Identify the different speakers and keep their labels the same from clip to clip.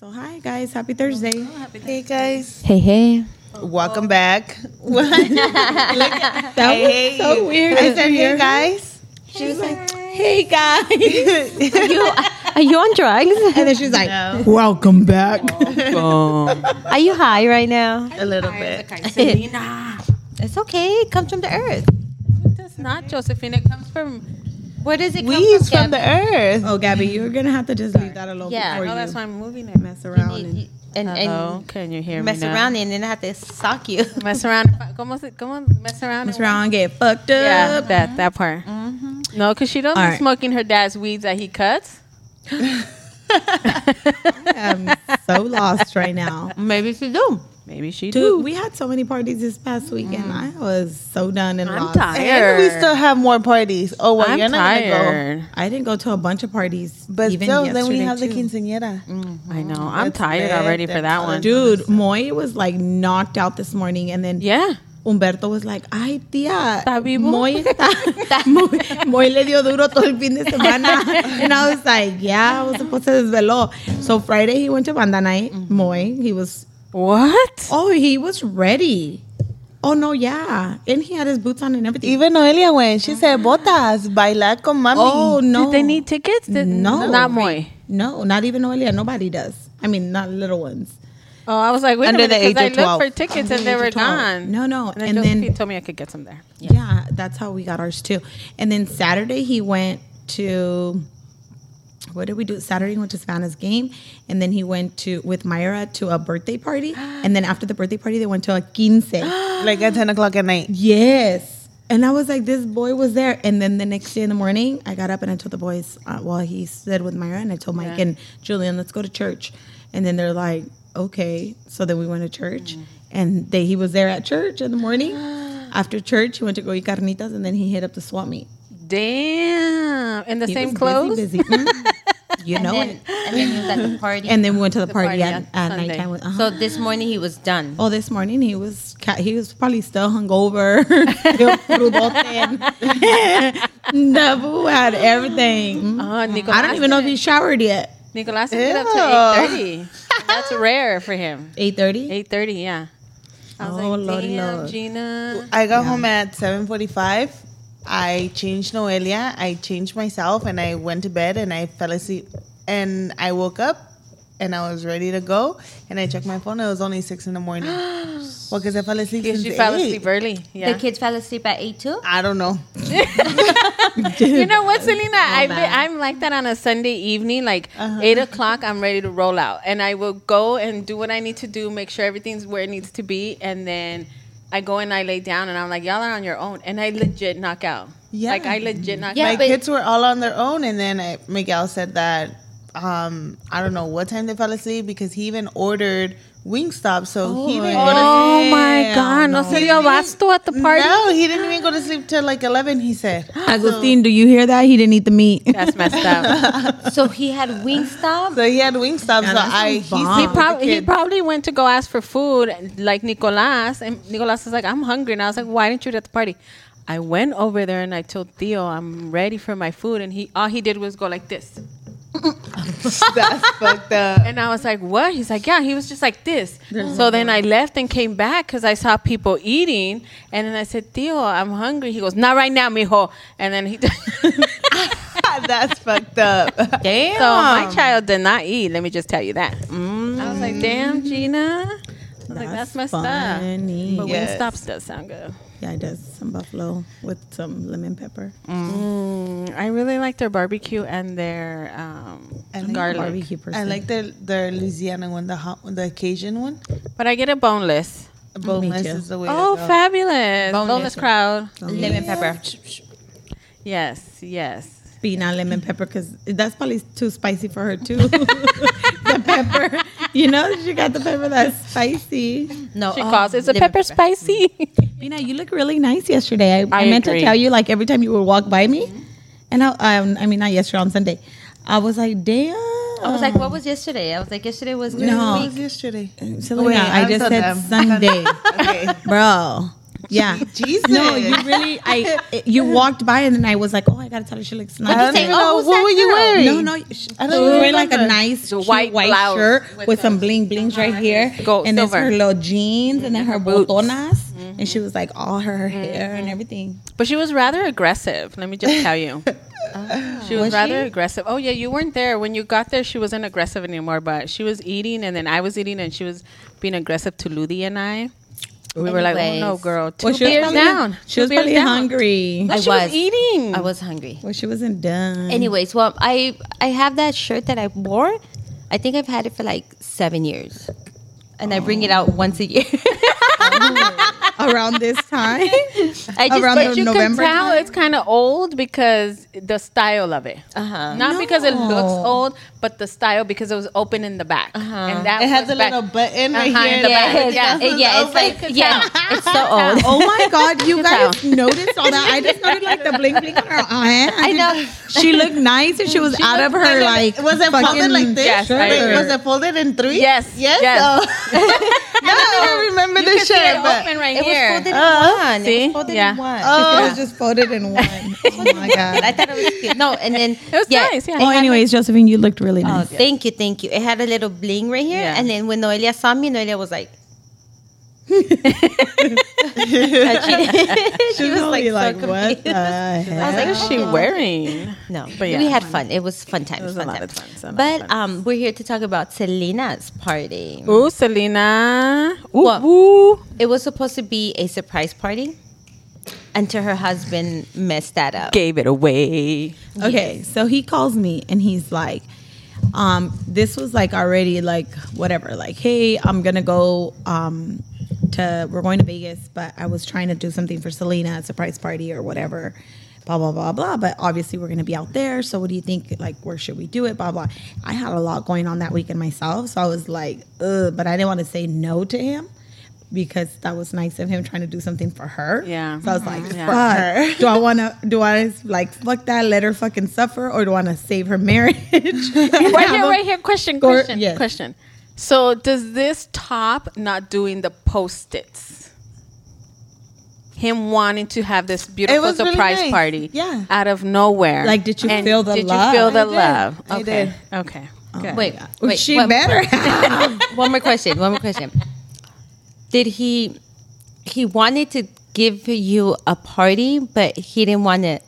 Speaker 1: So hi guys, Oh, happy Thursday. Oh,
Speaker 2: Hey guys,
Speaker 3: Hey, hey.
Speaker 2: welcome back. What?
Speaker 1: That was so weird.
Speaker 2: I said, hey guys.
Speaker 1: she was like, "Hey guys,"
Speaker 3: Are you on drugs?
Speaker 1: and then she's like,
Speaker 2: No,
Speaker 1: "Welcome back."
Speaker 3: Are you high right now?
Speaker 2: a little bit.
Speaker 3: It's okay. It comes from the earth.
Speaker 4: It's not Josephine. It comes from.
Speaker 3: Where does it come
Speaker 2: Weeds
Speaker 3: from?
Speaker 2: from the earth.
Speaker 1: Oh, Gabby, you're gonna have to just leave that alone
Speaker 3: Yeah.
Speaker 1: before
Speaker 3: Oh,
Speaker 4: Oh,
Speaker 1: you
Speaker 4: that's why I'm moving it.
Speaker 1: mess around. And,
Speaker 3: and, and,
Speaker 4: Hello, can you hear
Speaker 3: and mess
Speaker 4: me now?
Speaker 3: around and then I have to sock you.
Speaker 4: Mess around. ¿Cómo se? ¿Cómo mess around?
Speaker 1: mess around, Mm-hmm. get fucked up.
Speaker 4: Yeah, that that part. No, because she don't
Speaker 1: All
Speaker 4: be
Speaker 1: right.
Speaker 4: smoking her dad's weeds that he cuts.
Speaker 1: I'm so lost right now.
Speaker 3: Maybe she do.
Speaker 4: Maybe she do.
Speaker 1: Dude, we had so many parties this past weekend. I was so done and
Speaker 4: I'm
Speaker 1: lost.
Speaker 2: And we
Speaker 4: tired.
Speaker 2: still have more parties. Oh, well,
Speaker 4: I'm
Speaker 2: you're not going to go.
Speaker 4: tired.
Speaker 1: I didn't go to a bunch of parties,
Speaker 2: But
Speaker 1: even
Speaker 2: still, then we
Speaker 1: yesterday,
Speaker 2: have the
Speaker 1: too. Mm.
Speaker 2: quinceañera.
Speaker 4: I know. I'm
Speaker 2: That's
Speaker 4: tired
Speaker 2: bad.
Speaker 4: already for
Speaker 2: That's
Speaker 4: that
Speaker 2: all
Speaker 4: one.
Speaker 1: Dude, Moy was like knocked out this morning, and then
Speaker 4: Yeah.
Speaker 1: Humberto was like, ay, tía,
Speaker 4: ¿Está vivo?
Speaker 1: Moy está, Moy, Moy le dio duro todo el fin de semana. And I was like, yeah, I was supposed to desvelo. So Friday he went to banda night,
Speaker 2: Mm-hmm.
Speaker 1: Moy, he was,
Speaker 4: What?
Speaker 1: oh, he was ready. Oh, no, yeah. And he had his boots on and everything.
Speaker 2: Even Noelia went. She said, botas, bailar con mami.
Speaker 1: oh, no.
Speaker 4: Did they need tickets? Did,
Speaker 1: No.
Speaker 4: Not moi.
Speaker 1: No, not even Noelia. Nobody does. I mean, not little ones.
Speaker 4: Oh, I was like, wait
Speaker 2: Under
Speaker 4: a
Speaker 2: the
Speaker 4: minute,
Speaker 2: age of
Speaker 4: because I
Speaker 2: 12.
Speaker 4: looked for tickets
Speaker 1: Under
Speaker 4: and
Speaker 1: the
Speaker 4: they
Speaker 1: age
Speaker 4: were
Speaker 1: of 12.
Speaker 4: gone.
Speaker 1: No, no.
Speaker 4: And then
Speaker 1: And then-
Speaker 4: Josephine told me I could get some there.
Speaker 1: Yeah. that's how we got ours too. And then Saturday he went to what did we do? Saturday he went to Savannah's game, and then he went to with Myra to a birthday party, and then after the birthday party they went to a quince.
Speaker 2: Like at 10 o'clock at night.
Speaker 1: yes. And I was like, this boy was there. And then the next day in the morning, I got up and I told the boys, uh, well, he stood with Myra, and I told Mike and Julian, let's go to church. And then they're like, okay. So then we went to church, and they, he was there at church in the morning. After church, he went to go eat carnitas, and then he hit up the swap meet.
Speaker 4: Damn. In the
Speaker 1: He
Speaker 4: same
Speaker 1: was busy,
Speaker 4: clothes?
Speaker 1: busy. Mhm. you know
Speaker 3: And,
Speaker 1: it.
Speaker 3: and then he was at the party.
Speaker 1: And then we went to the, party,
Speaker 3: party
Speaker 1: at,
Speaker 3: on
Speaker 1: at
Speaker 4: Sunday.
Speaker 1: nighttime. With, uh-huh.
Speaker 3: so this morning he was done.
Speaker 1: oh, this morning he was ca- he was probably still hungover. Still crudote and Nabu had everything.
Speaker 4: Oh, Nicolas.
Speaker 1: I don't even know if he showered yet.
Speaker 4: Nicolas didn't get up to 8.30. That's rare for him.
Speaker 1: Eight thirty.
Speaker 4: 8.30, yeah. I was
Speaker 1: Oh,
Speaker 4: like,
Speaker 1: Lord,
Speaker 4: damn,
Speaker 1: Lord.
Speaker 4: Gina.
Speaker 2: I got home at 7.45. I changed Noelia. I changed myself and I went to bed and I fell asleep. And I woke up and I was ready to go. And I checked my phone. It was only 6 in the morning. well, because I fell asleep
Speaker 4: Because
Speaker 2: since
Speaker 4: you fell
Speaker 2: 8.
Speaker 4: asleep early. Yeah.
Speaker 3: The kids fell asleep at 8 too?
Speaker 2: I don't know.
Speaker 4: You know what, Selena? I be, I'm like that on a Sunday evening, like eight o'clock. I'm ready to roll out, and I will go and do what I need to do, make sure everything's where it needs to be, and then I go and I lay down, and I'm like, y'all are on your own, and I legit knock out.
Speaker 2: Yeah.
Speaker 4: like I legit knock
Speaker 3: Yeah,
Speaker 4: out.
Speaker 2: my
Speaker 3: but-
Speaker 2: kids were all on their own and then I, miguel said that um, i don't know what time they fell asleep because he even ordered wingstop so he didn't go to
Speaker 4: Oh my God! No, se dio abasto at the party.
Speaker 2: no he didn't even go to sleep till like 11 he said
Speaker 1: Agustin, do you hear that? He didn't eat the meat.
Speaker 4: That's messed up.
Speaker 3: so he had Wingstop?
Speaker 2: so he had wingstop so
Speaker 1: that sounds
Speaker 2: i he
Speaker 1: bomb.
Speaker 4: he
Speaker 2: slept with the
Speaker 4: probably he
Speaker 2: kids.
Speaker 4: probably went to go ask for food, like Nicolas, and Nicolas was like, "I'm hungry," and I was like, "Why didn't you eat at the party?" I went over there and I told Theo, "I'm ready for my food," and he all he did was go like this,
Speaker 2: that's fucked up
Speaker 4: and I was like, "What?" He's like, "Yeah." He was just like this. so then I left and came back because I saw people eating, and then I said, "Theo, I'm hungry." He goes, "Not right now, mijo," and then he.
Speaker 2: that's fucked up
Speaker 4: Damn. So my child did not eat. Let me just tell you that. I was like, damn, Gina. I was like, that's messed up.
Speaker 1: funny.
Speaker 4: But
Speaker 2: Yes.
Speaker 4: Wingstops does sound good.
Speaker 1: Yeah, it does some buffalo with some lemon pepper,
Speaker 4: Mm, I really like their barbecue and their um,
Speaker 2: like
Speaker 4: garlic.
Speaker 1: barbecue person.
Speaker 2: i like the the louisiana one the hot the cajun one
Speaker 4: But I get a boneless.
Speaker 2: boneless
Speaker 1: too.
Speaker 2: is the way to
Speaker 4: Oh,
Speaker 2: go.
Speaker 4: fabulous.
Speaker 3: Boneless.
Speaker 4: Boneless, crowd.
Speaker 3: Lemon pepper.
Speaker 4: Yes, yes.
Speaker 1: spina lemon pepper because that's probably too spicy for her too. the pepper, you know, she got the pepper that's spicy.
Speaker 3: No.
Speaker 4: She
Speaker 3: oh,
Speaker 4: calls it's a
Speaker 3: lemon
Speaker 4: pepper spicy.
Speaker 1: Spina, you look really nice yesterday. I, I,
Speaker 4: I
Speaker 1: meant to
Speaker 4: agree. Mm-hmm.
Speaker 1: tell you like every time you would walk by me, and I, um, I mean not yesterday on Sunday, I was like, damn.
Speaker 3: I was like, what was yesterday? I was like, yesterday was good.
Speaker 1: No.
Speaker 2: What was yesterday
Speaker 1: Selena,
Speaker 2: Wait,
Speaker 1: I
Speaker 2: I'm
Speaker 1: just
Speaker 2: so
Speaker 1: said
Speaker 2: dumb.
Speaker 1: Sunday,
Speaker 2: okay
Speaker 1: bro. Yeah.
Speaker 2: jesus
Speaker 1: No, you really. I you walked by and then I was like, oh, I gotta tell her she looks
Speaker 3: But
Speaker 1: nice.
Speaker 3: you
Speaker 2: don't
Speaker 3: say,
Speaker 2: even
Speaker 3: "Oh,
Speaker 2: know
Speaker 3: who's
Speaker 2: what
Speaker 3: that
Speaker 2: were you
Speaker 3: girl?"
Speaker 2: wearing.
Speaker 1: No, no. She
Speaker 2: I
Speaker 1: was
Speaker 2: don't even
Speaker 1: wearing like a
Speaker 2: remember.
Speaker 1: nice
Speaker 4: The
Speaker 1: cute
Speaker 4: white
Speaker 1: white,
Speaker 4: blouse
Speaker 1: shirt
Speaker 4: with
Speaker 1: with,
Speaker 4: the-
Speaker 1: some bling blings right here,
Speaker 4: Gold,
Speaker 1: and
Speaker 4: silver.
Speaker 1: then her little jeans, and then her
Speaker 4: boots. Mm-hmm.
Speaker 1: botonas, and she was like all her hair and everything.
Speaker 4: But she was rather aggressive. Let me just tell you. She
Speaker 1: Was
Speaker 4: was, rather
Speaker 1: she?
Speaker 4: aggressive. Oh yeah, you weren't there when you got there. She wasn't aggressive anymore, but she was eating, and then I was eating, and she was being aggressive to Ludi and I. We were like, "Oh no,
Speaker 3: Anyways.
Speaker 4: girl, two
Speaker 1: Well, she was
Speaker 4: beers
Speaker 1: probably-
Speaker 4: down."
Speaker 1: She
Speaker 4: Two
Speaker 1: was
Speaker 4: beers
Speaker 1: probably
Speaker 4: down.
Speaker 1: hungry.
Speaker 4: No,
Speaker 3: I
Speaker 4: she was,
Speaker 3: was.
Speaker 4: eating.
Speaker 3: I was hungry.
Speaker 1: Well, she wasn't done.
Speaker 4: Mm-hmm.
Speaker 3: Anyways, well, I I have that shirt that I wore. I think I've had it for like seven years, and I bring it out
Speaker 4: Oh.
Speaker 3: once a year.
Speaker 1: around this time.
Speaker 3: I just
Speaker 1: Around
Speaker 3: get
Speaker 1: the
Speaker 4: You
Speaker 1: November
Speaker 4: can tell
Speaker 1: time?
Speaker 4: it's kind of old because the style of it.
Speaker 3: Uh-huh.
Speaker 4: Not because it looks
Speaker 1: No.
Speaker 4: old, but the style because it was open in the back, and that
Speaker 2: It had
Speaker 4: was
Speaker 2: the
Speaker 4: back-
Speaker 2: little button right
Speaker 4: Uh-huh,
Speaker 2: here.
Speaker 4: the
Speaker 2: like,
Speaker 4: back.
Speaker 3: yeah, yeah,
Speaker 4: Yeah.
Speaker 3: it- yeah, it's like yeah, it's so old.
Speaker 1: Oh my God, you guys
Speaker 4: tell.
Speaker 1: noticed all that? I just noticed like the bling bling on her hand.
Speaker 3: I know.
Speaker 1: She looked nice and she was out of her like.
Speaker 2: was it folded
Speaker 1: fucking
Speaker 2: like this?
Speaker 4: Yes, I
Speaker 2: Wait,
Speaker 4: agree.
Speaker 2: was it folded in three?
Speaker 4: Yes,
Speaker 2: Yes.
Speaker 4: yes.
Speaker 2: Oh. I don't even remember
Speaker 4: You
Speaker 2: the
Speaker 4: can see it
Speaker 2: shirt, but
Speaker 4: open right
Speaker 3: It was
Speaker 4: here.
Speaker 3: folded in
Speaker 2: Uh,
Speaker 3: one. It
Speaker 4: Oh, see?
Speaker 3: was folded
Speaker 4: Yeah.
Speaker 3: in one.
Speaker 1: Oh, it was just folded in one. Oh my
Speaker 3: I
Speaker 1: God.
Speaker 3: thought it was cute. No, and then
Speaker 4: It was nice, yeah.
Speaker 3: I
Speaker 4: Well,
Speaker 1: Well,
Speaker 3: had
Speaker 1: Oh, anyways, Josephine, you looked really
Speaker 3: Oh,
Speaker 1: nice.
Speaker 3: thank you, thank you. It had a little bling right here,
Speaker 4: Yeah.
Speaker 3: and then when Noelia saw me, Noelia was like, touching it. she was
Speaker 1: probably
Speaker 3: like, so
Speaker 1: like, what
Speaker 3: confused.
Speaker 1: the heck?
Speaker 3: I
Speaker 4: What
Speaker 3: was
Speaker 4: is
Speaker 3: like,
Speaker 4: she wearing?
Speaker 3: no,
Speaker 4: But
Speaker 3: but
Speaker 4: yeah.
Speaker 3: we had fun. It was fun times.
Speaker 4: was a
Speaker 3: fun
Speaker 4: lot of
Speaker 3: times.
Speaker 4: fun, so a lot of
Speaker 3: But
Speaker 4: fun.
Speaker 3: um, we're here to talk about Selena's party.
Speaker 4: Ooh, Selena. Ooh,
Speaker 3: What?
Speaker 4: ooh.
Speaker 3: It was supposed to be a surprise party until her husband messed that up.
Speaker 4: Gave it away.
Speaker 1: Okay, so he calls me and he's like, um, this was like already like whatever, like, hey, I'm gonna go um to we're going to Vegas, but I was trying to do something for Selena, a surprise party or whatever, blah blah blah blah. But obviously we're gonna be out there, so what do you think? Like, where should we do it? Blah blah. I had a lot going on that weekend myself, so I was like, Ugh, but I didn't want to say no to him. Because that was nice of him trying to do something for her.
Speaker 4: Yeah. Mm-hmm.
Speaker 1: So I was like,
Speaker 4: Yeah.
Speaker 1: fuck, do I want to? Do I like fuck that? Let her fucking suffer, or do I want to save her marriage?
Speaker 4: Right here, right here. Question,
Speaker 1: Go-
Speaker 4: question,
Speaker 1: yes.
Speaker 4: question. So, does this top not doing the post its? Him wanting to have this beautiful
Speaker 2: was really
Speaker 4: surprise
Speaker 2: nice.
Speaker 4: party,
Speaker 2: Yeah.
Speaker 4: out of nowhere.
Speaker 1: Like, did you feel the
Speaker 4: did
Speaker 1: love?
Speaker 4: you feel the
Speaker 2: I did.
Speaker 4: love?
Speaker 2: I
Speaker 4: okay,
Speaker 2: did.
Speaker 4: okay, good.
Speaker 3: Wait, wait.
Speaker 1: she
Speaker 3: what-
Speaker 1: better. have.
Speaker 3: one more question. One more question. Did he he wanted to give you a party, but he didn't want to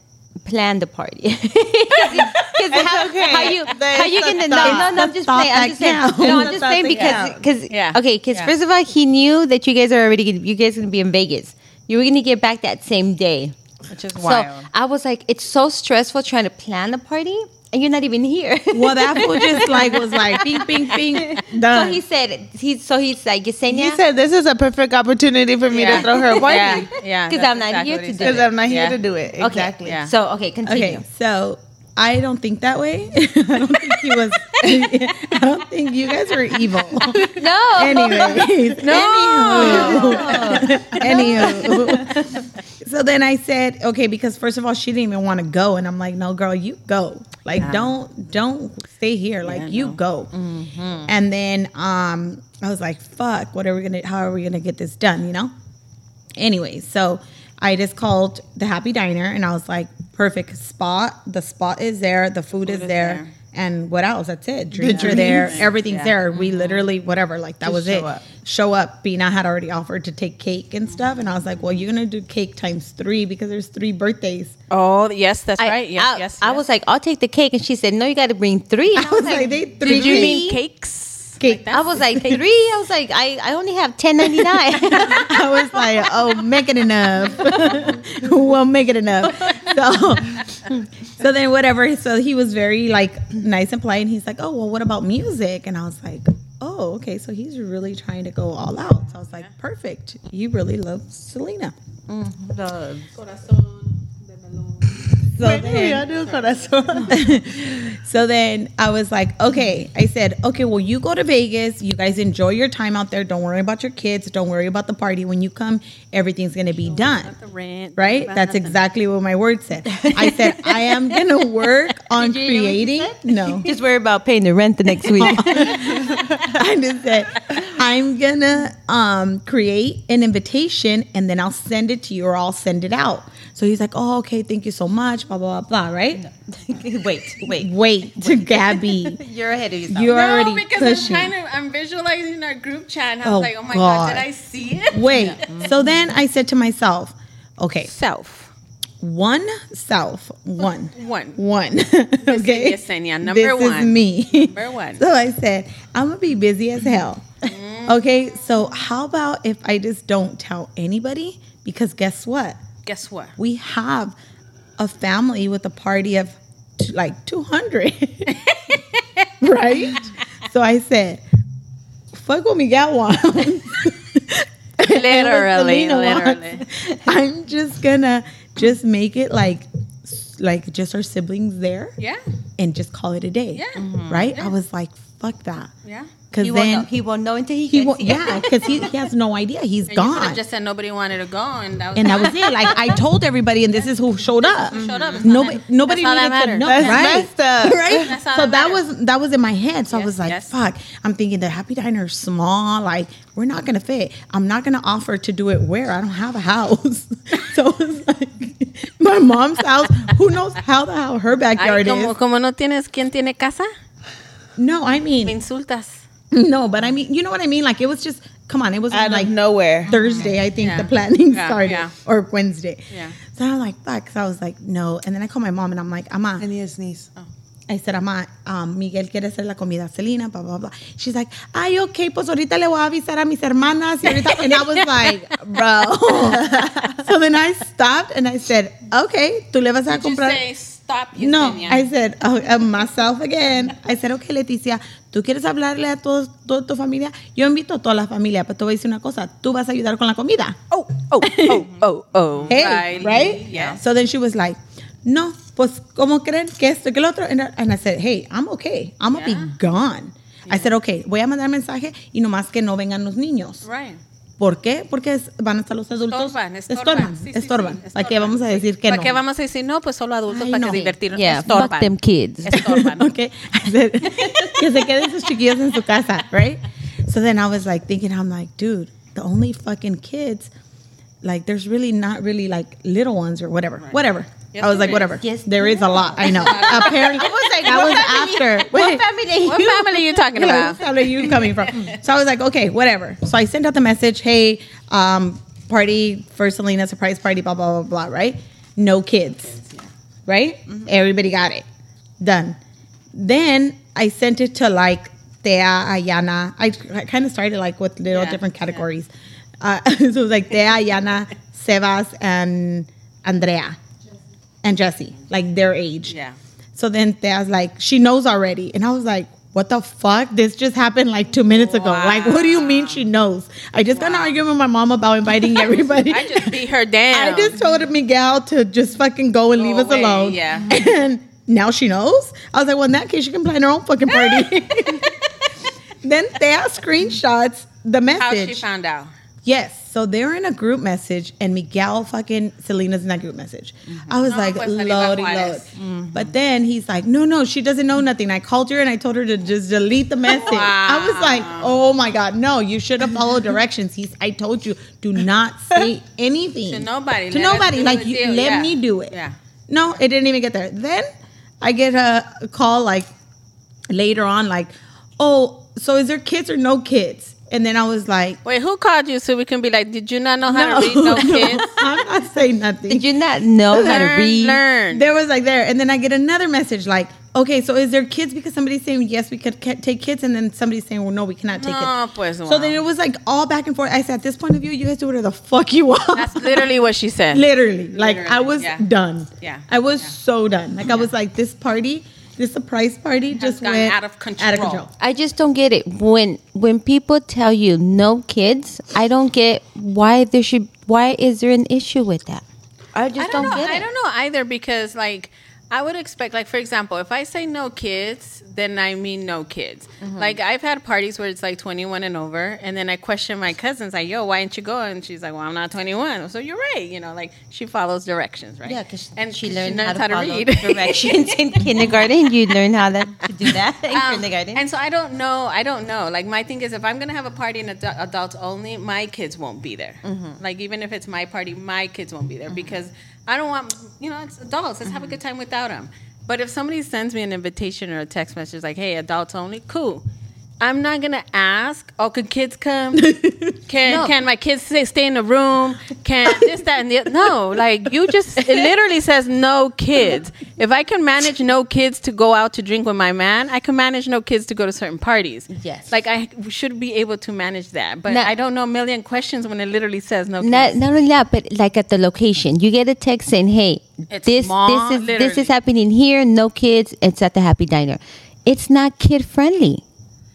Speaker 3: plan the party? Because how,
Speaker 2: okay.
Speaker 3: how you
Speaker 2: That's
Speaker 3: how you
Speaker 2: the
Speaker 3: gonna
Speaker 2: thought.
Speaker 3: know? No, no, I'm just
Speaker 1: Thought
Speaker 3: saying. I'm
Speaker 1: that
Speaker 3: just saying.
Speaker 1: counts.
Speaker 3: No, I'm
Speaker 2: That's
Speaker 3: just
Speaker 2: the
Speaker 3: saying
Speaker 2: thing.
Speaker 3: because because
Speaker 4: Yeah.
Speaker 3: okay, because
Speaker 4: Yeah.
Speaker 3: first of all, he knew that you guys are already gonna, you guys gonna be in Vegas. You were gonna get back that same day.
Speaker 4: Which is
Speaker 3: So I was like, it's so stressful trying to plan the party, and you're not even here.
Speaker 1: well, that fool just like was like, bing, bing, bing,
Speaker 3: So
Speaker 1: done.
Speaker 3: he said, he so he's like, Yesenia.
Speaker 2: he said this is a perfect opportunity for me
Speaker 4: Yeah.
Speaker 2: to throw her a party
Speaker 4: yeah, yeah.
Speaker 3: 'Cause
Speaker 4: that's
Speaker 3: I'm not here
Speaker 4: what he
Speaker 3: to
Speaker 4: said.
Speaker 2: because I'm not
Speaker 4: Yeah.
Speaker 2: here to do it.
Speaker 3: Okay.
Speaker 2: Exactly.
Speaker 4: Yeah.
Speaker 3: So okay, continue.
Speaker 1: okay, so I don't think that way. I don't think he was. I don't think you guys were evil.
Speaker 3: No.
Speaker 1: Anyways, no. Anywho. Anywho. So then I said, okay, because first of all, she didn't even want to go, and I'm like, no, girl, you go. Like, don't don't stay here. Like, you go. And then um, I was like, fuck, what are we gonna? How are we gonna get this done? You know. Anyway, so I just called the Happy Diner, and I was like, perfect spot. The spot is there. The food, is, there.
Speaker 4: there.
Speaker 1: And what else? That's it. Drinks are there. Everything's there. We literally, whatever, like that was
Speaker 2: Mm-hmm. show
Speaker 1: it
Speaker 2: up.
Speaker 1: show up. Bina had already offered to take cake and stuff, and I was like, "Well, you're gonna do cake times three because there's three birthdays."
Speaker 4: Oh, yes, that's
Speaker 3: I,
Speaker 4: right. Yes,
Speaker 3: I,
Speaker 4: yes.
Speaker 3: I
Speaker 4: yes.
Speaker 3: was like, I'll take the cake, and she said, No, you got to bring three. And
Speaker 1: I was like, "They three
Speaker 4: Did you
Speaker 1: cake-
Speaker 4: mean cakes?
Speaker 1: cake?"
Speaker 3: I was like three. I was like, I, I only have ten ninety nine.
Speaker 1: I was like, "Oh, make it enough. we'll make it enough." So, so then whatever. So he was very like nice and polite, and he's like, "Oh, well, what about music?" And I was like. Oh, okay. So he's really trying to go all out. So I was like, perfect. You really love Selena. So
Speaker 2: Wait,
Speaker 1: then-
Speaker 2: we all do corazón.
Speaker 1: So then I was like, okay. I said, okay, well, you go to Vegas. You guys enjoy your time out there. Don't worry about your kids. Don't worry about the party. When you come, everything's going to be done.
Speaker 4: the rent,
Speaker 1: Right?
Speaker 4: about
Speaker 1: That's
Speaker 4: nothing.
Speaker 1: exactly what my word said. I said, I am going to work on
Speaker 3: Did you hear what she
Speaker 1: creating.
Speaker 3: said?
Speaker 1: No.
Speaker 3: Just worry about paying the rent the next week.
Speaker 1: I just said, I'm gonna um, create an invitation and then I'll send it to you or I'll send it out. So he's like, oh, okay, thank you so much, blah, blah, blah, blah, right?
Speaker 3: wait, wait.
Speaker 1: Wait, Gabby.
Speaker 3: You're ahead of yourself.
Speaker 1: You're
Speaker 4: No,
Speaker 1: already
Speaker 4: because
Speaker 1: pushing.
Speaker 4: I'm trying to, I'm visualizing our group chat. And I was
Speaker 1: Oh,
Speaker 4: like, oh my god. did
Speaker 1: God.
Speaker 4: I see it?
Speaker 1: Wait. So then I said to myself, okay,
Speaker 4: Mm-hmm. Self.
Speaker 1: one self, one.
Speaker 4: One.
Speaker 1: One. okay.
Speaker 4: Yesenia, number
Speaker 1: this Is
Speaker 4: one.
Speaker 1: me.
Speaker 4: Number one. Mm-hmm.
Speaker 1: So I said, I'm gonna be busy as hell. Okay, so how about if I just don't tell anybody? Because guess what?
Speaker 4: Guess what?
Speaker 1: We have a family with a party of t- like 200, right? So I said, fuck what Miguel wants. And what
Speaker 4: Literally,
Speaker 1: Selena
Speaker 4: literally.
Speaker 1: wants. I'm just gonna just make it like like just our siblings there
Speaker 4: Yeah.
Speaker 1: and just call it a day.
Speaker 4: Yeah.
Speaker 1: Right? I was like, fuck that.
Speaker 4: Yeah.
Speaker 1: Because
Speaker 3: He won't, know.
Speaker 1: then
Speaker 3: he won't know until he,
Speaker 1: he
Speaker 3: gets
Speaker 1: won't,
Speaker 3: here.
Speaker 1: yeah, because he, he has no idea. He's
Speaker 4: And You could
Speaker 1: gone.
Speaker 4: have just said nobody wanted to go, and that was.
Speaker 1: and that was it. Like I told everybody, and this is who showed up. Showed
Speaker 4: up. It's not
Speaker 1: Nobody,
Speaker 4: that-
Speaker 1: nobody
Speaker 4: that's all
Speaker 1: needed
Speaker 4: that
Speaker 1: to
Speaker 4: matters.
Speaker 1: know,
Speaker 2: That's
Speaker 1: right?
Speaker 2: messed up.
Speaker 1: Right.
Speaker 4: That's all
Speaker 1: so
Speaker 4: that
Speaker 1: that
Speaker 4: matters.
Speaker 1: was that was in my head. So I
Speaker 4: Yes,
Speaker 1: was like,
Speaker 4: yes.
Speaker 1: "Fuck!" I'm thinking the Happy Diner is small. Like we're not gonna fit. I'm not gonna offer to do it where I don't have a house. so it's like my mom's house. Who knows how the hell her
Speaker 4: Ay,
Speaker 1: backyard
Speaker 4: como,
Speaker 1: is?
Speaker 4: como no tienes quien tiene casa,
Speaker 1: No, I mean,
Speaker 4: me insultas.
Speaker 1: No, but I mean, you know what I mean? Like, it was just, come on, it was
Speaker 4: Uh-huh.
Speaker 2: Out
Speaker 1: like
Speaker 2: of nowhere.
Speaker 1: Thursday, I think
Speaker 4: Yeah.
Speaker 1: the planning
Speaker 4: Yeah,
Speaker 1: started
Speaker 4: yeah.
Speaker 1: or Wednesday.
Speaker 4: Yeah.
Speaker 1: So I'm like, fuck. So I was like, no. And then I called my mom and I'm like, Ama,
Speaker 2: I need a sneeze.
Speaker 1: I said, Ama, um, Miguel quiere hacer la comida a Selena, blah, blah, blah. She's like, ay, okay, pues ahorita le voy a avisar a mis hermanas. Y ahorita, and I was like, bro. so then I stopped and I said, okay, tú le vas a
Speaker 4: Just
Speaker 1: comprar.
Speaker 4: say stop.
Speaker 1: No,
Speaker 4: Yesenia.
Speaker 1: I said, oh, uh, myself again. I said, okay, Leticia, tú quieres hablarle a todos, toda tu familia. Yo invito a toda la familia, pero te voy a decir una cosa. Tú vas a ayudar con la comida.
Speaker 4: Oh, oh, oh, oh, oh.
Speaker 1: Hey,
Speaker 4: Riley,
Speaker 1: right?
Speaker 4: Yeah.
Speaker 1: So then she was like, no, pues, ¿cómo creen que esto y que el otro? And I, and I said, hey, I'm okay. I'm going to be gone. I said, okay, voy a mandar mensaje y nomás que no vengan los niños.
Speaker 4: Right.
Speaker 1: ¿Por qué? Porque es- van a estar los adultos.
Speaker 4: Estorban,
Speaker 1: Estorban,
Speaker 4: estorban. Sí, sí, sí,
Speaker 1: estorban. ¿Para qué
Speaker 4: estorban,
Speaker 1: vamos a
Speaker 4: sí.
Speaker 1: decir que
Speaker 4: ¿Para
Speaker 1: no?
Speaker 4: qué vamos a decir no? Pues solo adultos
Speaker 1: Ay,
Speaker 4: para
Speaker 1: no.
Speaker 4: que divertirnos.
Speaker 3: Yeah,
Speaker 4: estorban.
Speaker 3: fuck them kids.
Speaker 4: Estorban.
Speaker 1: okay. I said, que se queden sus chiquillos en su casa, right? So then I was like thinking, I'm like, dude, the only fucking kids, like, there's really not really like little ones or whatever, whatever.
Speaker 4: Yes,
Speaker 1: I was
Speaker 4: there
Speaker 1: like, whatever.
Speaker 3: Yes,
Speaker 1: there is a lot. I know. Apparently, I was like, that was after.
Speaker 3: What
Speaker 1: Wait.
Speaker 3: family?
Speaker 4: What family are you talking
Speaker 1: Yeah,
Speaker 4: about?
Speaker 1: what family you coming from? So I was like, okay, whatever. So I sent out the message, hey, um, party for Selena surprise party, blah blah blah blah. Right? No kids, right?
Speaker 4: Mm-hmm.
Speaker 1: Everybody got it. Done. Then I sent it to like Thea, Ayana. I, I kind of started like with little
Speaker 4: Yeah,
Speaker 1: different
Speaker 4: yeah.
Speaker 1: categories. Uh, so it was like Thea, Ayana, Sebas, and Andrea, and Jesse, like their age.
Speaker 4: Yeah.
Speaker 1: So then Thea's like, she knows already. And I was like, what the fuck? This just happened like two minutes ago. Like, what do you mean she knows? I just got in an argument with my mom about inviting everybody.
Speaker 4: I just beat her down.
Speaker 1: I just told Miguel to just fucking go and
Speaker 4: Go
Speaker 1: leave us
Speaker 4: away,
Speaker 1: alone.
Speaker 4: yeah.
Speaker 1: And now she knows. I was like, well, in that case, she can plan her own fucking party. then Thea screenshots the
Speaker 4: how
Speaker 1: message.
Speaker 4: she found out.
Speaker 1: Yes. So they're in a group message, and Miguel fucking Selena's in that group message. I was
Speaker 4: No,
Speaker 1: like,
Speaker 4: pues,
Speaker 1: lordy,
Speaker 4: Selena
Speaker 1: lord.
Speaker 4: Juarez. Mm-hmm.
Speaker 1: But then he's like, no, no, she doesn't know nothing. I called her and I told her to just delete the message. I was like, oh my God, no, you should have followed directions. He's, I told you, do not say anything
Speaker 4: To nobody.
Speaker 1: To
Speaker 4: Let us
Speaker 1: nobody.
Speaker 4: do
Speaker 1: Like,
Speaker 4: it
Speaker 1: you,
Speaker 4: you.
Speaker 1: let
Speaker 4: Yeah.
Speaker 1: me do it.
Speaker 4: Yeah.
Speaker 1: No, it didn't even get there. Then I get a call like later on, like, oh, so is there kids or no kids? And then I was like,
Speaker 4: Wait, who called you so we can be like, did you not know how to read
Speaker 1: no,
Speaker 4: no kids?
Speaker 1: I'm not saying
Speaker 3: Did
Speaker 1: nothing.
Speaker 3: you not know how to
Speaker 4: learn,
Speaker 3: read?
Speaker 4: learn.
Speaker 1: There was like there, and then I get another message like, okay, so is there kids? Because somebody's saying yes, we could ca- take kids, and then somebody's saying, well, no, we cannot take
Speaker 4: No,
Speaker 1: kids.
Speaker 4: pues,
Speaker 1: So then it was like all back and forth. I said, at this point of view, you guys do whatever the fuck you want.
Speaker 4: That's literally what she said.
Speaker 1: literally, like I
Speaker 4: Literally,
Speaker 1: was
Speaker 4: yeah.
Speaker 1: done.
Speaker 4: Yeah,
Speaker 1: I was so done. Like I was like, this party, this surprise party, just
Speaker 4: gone
Speaker 1: went
Speaker 4: out of
Speaker 1: Out of
Speaker 4: control.
Speaker 1: control.
Speaker 3: I just don't get it when when people tell you no kids. I don't get why there should why is there an issue with that? I just
Speaker 4: I don't,
Speaker 3: don't,
Speaker 4: know.
Speaker 3: get it.
Speaker 4: I don't know either because like I would expect like for example, if I say no kids, then I mean no kids.
Speaker 3: Mm-hmm.
Speaker 4: Like I've had parties where it's like 21 and over, and then I question my cousins like, "Yo, why didn't you go?" And she's like, "Well, I'm not 21." So you're right, you know, like she follows directions, right?
Speaker 3: Yeah, because
Speaker 4: and
Speaker 3: she learned how to, follow
Speaker 4: read.
Speaker 3: directions in kindergarten. You learn how that, to do that in
Speaker 4: Um,
Speaker 3: kindergarten.
Speaker 4: and so I don't know. I don't know. Like my thing is, if I'm gonna have a party and adu- adults only, my kids won't be there. Like even if it's my party, my kids won't be there because I don't want you know it's adults. Let's have a good time without them. But if somebody sends me an invitation or a text message like, "Hey, adults only," cool. I'm not gonna ask. Oh, could kids come? Can
Speaker 3: No.
Speaker 4: can my kids stay, stay in the room? Can this that and the oth- no? Like you just it literally says no kids. If I can manage no kids to go out to drink with my man, I can manage no kids to go to certain parties.
Speaker 3: Yes.
Speaker 4: like I should be able to manage that. But
Speaker 3: No.
Speaker 4: I don't know a million questions when it literally says no.
Speaker 3: not
Speaker 4: kids.
Speaker 3: not only that, but like at the location, you get a text saying, "Hey,
Speaker 4: It's
Speaker 3: this
Speaker 4: small,
Speaker 3: this is this
Speaker 4: literally.
Speaker 3: is happening here. No kids. It's at the Happy Diner. It's not kid friendly.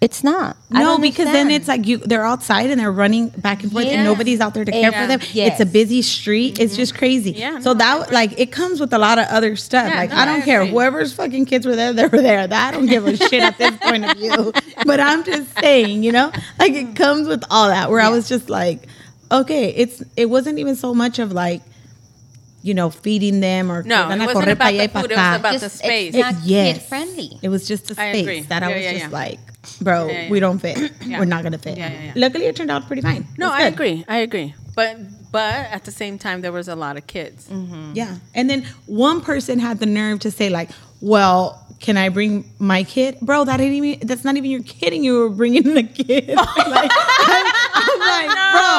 Speaker 3: It's not. I
Speaker 1: No,
Speaker 3: don't
Speaker 1: because then
Speaker 3: understand.
Speaker 1: it's like you they're outside and they're running back and forth
Speaker 3: Yes.
Speaker 1: and nobody's out there to care
Speaker 4: Yeah. Mm-hmm.
Speaker 1: for them.
Speaker 3: Yes.
Speaker 1: It's a busy street. It's just crazy.
Speaker 4: Yeah,
Speaker 1: so
Speaker 4: no, I
Speaker 1: that like it comes with a lot of other stuff.
Speaker 4: Yeah,
Speaker 1: like
Speaker 4: no,
Speaker 1: I
Speaker 4: I
Speaker 1: don't care.
Speaker 4: agree.
Speaker 1: Whoever's fucking kids were there, they were there. That I don't give a shit at this point of view. But I'm just saying, you know, like
Speaker 4: Mm.
Speaker 1: it comes with all that where I was just like, okay, it's it wasn't even so much of like, you know, feeding them or
Speaker 4: No,
Speaker 1: "Van a
Speaker 4: it wasn't
Speaker 1: correr
Speaker 4: about
Speaker 1: pa'
Speaker 4: the
Speaker 1: allá y pa'
Speaker 4: food. It was
Speaker 1: acá."
Speaker 4: about the
Speaker 3: Just-
Speaker 4: space.
Speaker 3: it's not
Speaker 1: Yes.
Speaker 3: kid friendly.
Speaker 1: It was just a
Speaker 4: I
Speaker 1: space
Speaker 4: agree.
Speaker 1: that I
Speaker 4: Yeah,
Speaker 1: was
Speaker 4: yeah,
Speaker 1: just
Speaker 4: yeah.
Speaker 1: like, bro,
Speaker 4: Yeah, yeah.
Speaker 1: we don't fit.
Speaker 4: Yeah.
Speaker 1: We're not gonna fit.
Speaker 4: Yeah, yeah, yeah.
Speaker 1: Luckily, it turned out pretty fine.
Speaker 4: no,
Speaker 1: It's
Speaker 4: I
Speaker 1: good.
Speaker 4: agree. I agree. But but at the same time, there was a lot of kids.
Speaker 3: Mm.
Speaker 1: Yeah, and then one person had the nerve to say like, "Well, can I bring my kid, bro? That ain't even. That's not even your kid, and you were bringing the kid. like, I'm, I'm like, bro,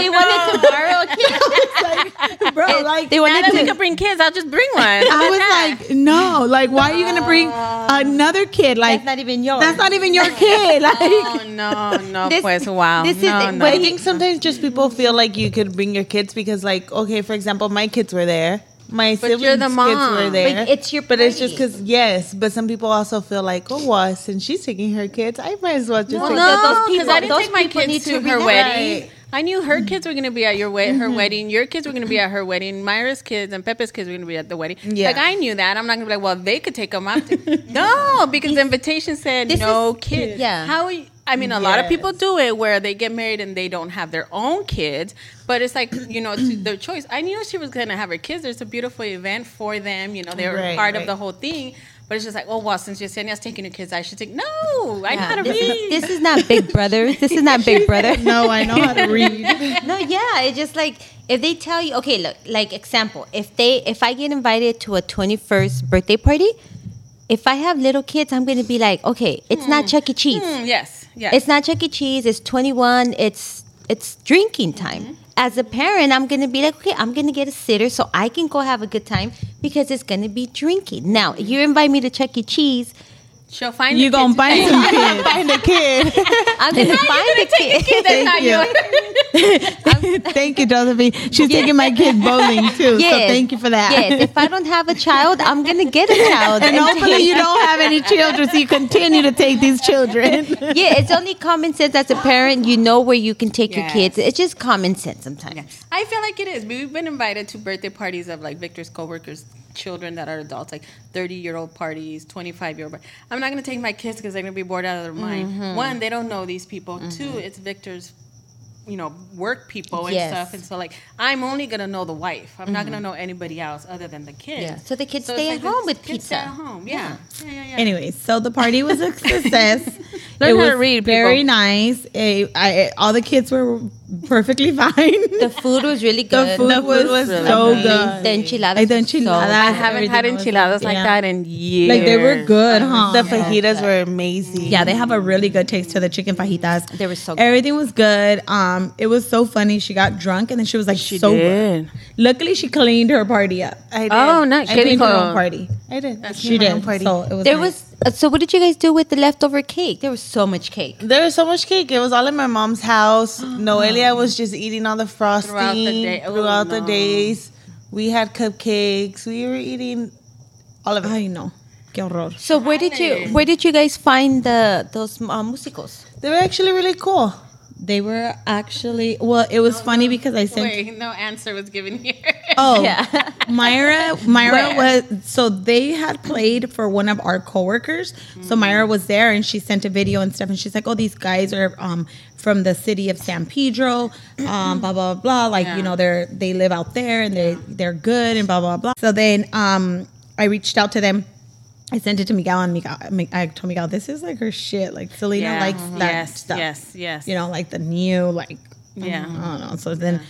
Speaker 3: they wanted to borrow a kid.
Speaker 1: it's like, bro, like
Speaker 3: they
Speaker 4: Now
Speaker 3: wanted
Speaker 4: that we
Speaker 3: to.
Speaker 4: could bring kids, I'll just bring one.
Speaker 1: I was like, no, like, why are you gonna bring another kid? Like,
Speaker 3: That's not even yours.
Speaker 1: that's not even your kid. Like,
Speaker 4: Oh no, no,
Speaker 3: This-
Speaker 4: pues wow.
Speaker 3: this is-
Speaker 4: no, no.
Speaker 3: but
Speaker 2: I think sometimes just people feel like you could bring your kids because, like, okay, for example, my kids were there. My
Speaker 4: But you're
Speaker 2: siblings'
Speaker 4: the
Speaker 2: kids
Speaker 4: mom.
Speaker 2: were there.
Speaker 3: But it's your
Speaker 2: But it's just
Speaker 3: party.
Speaker 2: because, yes. But some people also feel like, oh, well, since she's taking her kids, I might as well just
Speaker 3: Well,
Speaker 2: take
Speaker 3: no.
Speaker 2: them.
Speaker 4: no,
Speaker 3: those
Speaker 4: because
Speaker 3: people-
Speaker 4: I didn't
Speaker 3: those
Speaker 4: take my
Speaker 3: people need
Speaker 4: kids to
Speaker 3: to Mm-hmm.
Speaker 4: her
Speaker 3: be
Speaker 4: wedding.
Speaker 2: right.
Speaker 4: I knew her kids were going to be at your wed- her wedding. Your kids were going to be at her wedding. Myra's kids and Pepe's kids were going to be at the wedding.
Speaker 2: Yeah.
Speaker 4: Like I knew that. I'm not going to be like, well, they could take them out. no, because the invitation said
Speaker 3: This
Speaker 4: no
Speaker 3: is-
Speaker 4: kids.
Speaker 3: Yeah.
Speaker 4: How? are you- I mean, a lot of
Speaker 2: Yes.
Speaker 4: people do it where they get married and they don't have their own kids. But it's like you know, it's their choice. I knew she was going to have her kids. There's a beautiful event for them. You know, they were
Speaker 2: Right,
Speaker 4: part of
Speaker 2: right.
Speaker 4: the whole thing. But it's just like, oh well, since Yesenia's taking her kids, I should take. No, I know
Speaker 3: Yeah,
Speaker 4: how to
Speaker 3: this,
Speaker 4: read.
Speaker 3: is, this is not Big Brother. This is not Big Brother.
Speaker 1: no, I know how to read.
Speaker 3: no yeah it's just like if they tell you okay look like example if they if i get invited to a 21st birthday party if i have little kids i'm gonna be like okay it's not
Speaker 2: Hmm.
Speaker 3: chuck e cheese
Speaker 4: Mm, yes, yes.
Speaker 3: it's not chuck e cheese it's 21 it's it's drinking time
Speaker 2: Mm-hmm.
Speaker 3: as a parent i'm gonna be like okay i'm gonna get a sitter so i can go have a good time because it's gonna be drinking now if you invite me to chuck e cheese
Speaker 4: She'll find
Speaker 1: You gonna find some kids.
Speaker 2: Find a kid.
Speaker 3: i'm gonna find the kid
Speaker 4: That's not
Speaker 1: you. thank you, Josephine. She's taking my kid bowling too. So
Speaker 3: Yes.
Speaker 1: thank you for that.
Speaker 3: yes if i don't have a child i'm gonna get a child
Speaker 1: and hopefully you don't have any children, so you continue to take these children.
Speaker 3: yeah, it's only common sense as a parent. You know where you can take
Speaker 4: Yes.
Speaker 3: your kids. It's just common sense sometimes.
Speaker 4: I feel like it is. We've been invited to birthday parties of like Victor's coworkers, children that are adults, like thirty-year-old parties, twenty-five-year-old. I'm not gonna take my kids because they're gonna be bored out of their mind. One, they don't know these people. Two, it's Victor's. You know, work people and
Speaker 3: Yes.
Speaker 4: stuff, and so like I'm only gonna know the wife. I'm not gonna know anybody else other than the kids.
Speaker 3: Yeah. So the kids
Speaker 4: So
Speaker 3: stay
Speaker 4: it's
Speaker 3: at
Speaker 4: like
Speaker 3: home
Speaker 4: the
Speaker 3: with
Speaker 4: kids Stay
Speaker 3: pizza.
Speaker 4: at home, yeah. yeah, yeah, yeah.
Speaker 1: Anyway, so the party was a success.
Speaker 4: Learn
Speaker 1: it
Speaker 4: how
Speaker 1: was
Speaker 4: to read, people.
Speaker 1: very nice. It- I- all the kids were perfectly fine.
Speaker 3: The food was really good.
Speaker 1: The food was,
Speaker 4: really
Speaker 1: so
Speaker 4: good.
Speaker 1: good.
Speaker 3: The enchiladas
Speaker 1: Like the
Speaker 3: were so
Speaker 1: enchiladas.
Speaker 4: I haven't had
Speaker 1: everything was-
Speaker 4: enchiladas like
Speaker 1: yeah.
Speaker 4: that in years. Uh-huh.
Speaker 1: Like they were good, huh?
Speaker 2: The fajitas were amazing.
Speaker 1: Yeah, they have a really good taste to the chicken fajitas.
Speaker 3: They were so good.
Speaker 1: Everything was good. Um, it was so funny. She got drunk and then she was like
Speaker 4: She
Speaker 1: sober.
Speaker 4: did.
Speaker 1: Luckily, she cleaned her party up.
Speaker 2: I did.
Speaker 4: Oh, nice.
Speaker 1: I cleaned her
Speaker 4: Qué
Speaker 1: own
Speaker 4: rico.
Speaker 1: party.
Speaker 2: I did. I
Speaker 1: She
Speaker 2: came
Speaker 1: did.
Speaker 2: around Party.
Speaker 1: So it was
Speaker 3: there
Speaker 1: nice.
Speaker 3: was. uh, So what did you guys do with the leftover cake? There was so much cake.
Speaker 2: There was so much cake. It was all in my mom's house. Noelia was just eating all the frosting
Speaker 4: Throughout
Speaker 2: throughout
Speaker 4: the
Speaker 2: the,
Speaker 4: day. Oh, no.
Speaker 2: days. We had cupcakes. We were eating all of it.
Speaker 1: I know. Qué horror.
Speaker 3: So where did you where did you guys find the those uh, musicals?
Speaker 2: They were actually really cool.
Speaker 1: They were actually well. It was funny because I sent.
Speaker 4: Wait, no answer was given here.
Speaker 1: Oh,
Speaker 3: Yeah.
Speaker 1: Myra, Myra was so they had played for one of our coworkers. So
Speaker 4: Mm.
Speaker 1: Myra was there, and she sent a video and stuff, and she's like, "Oh, these guys are um, from the city of San Pedro, um, blah blah blah. Like you know, they're they live out there, and they they're good, and blah blah blah." So then um, I reached out to them. I sent it to Miguel, and Miguel, Mi- I told Miguel, "This is like her shit. Like Selena
Speaker 4: Yeah.
Speaker 1: likes that
Speaker 4: yes,
Speaker 1: stuff.
Speaker 4: Yes, yes,
Speaker 1: You know, like the new like."
Speaker 4: Yeah.
Speaker 1: I don't know. So then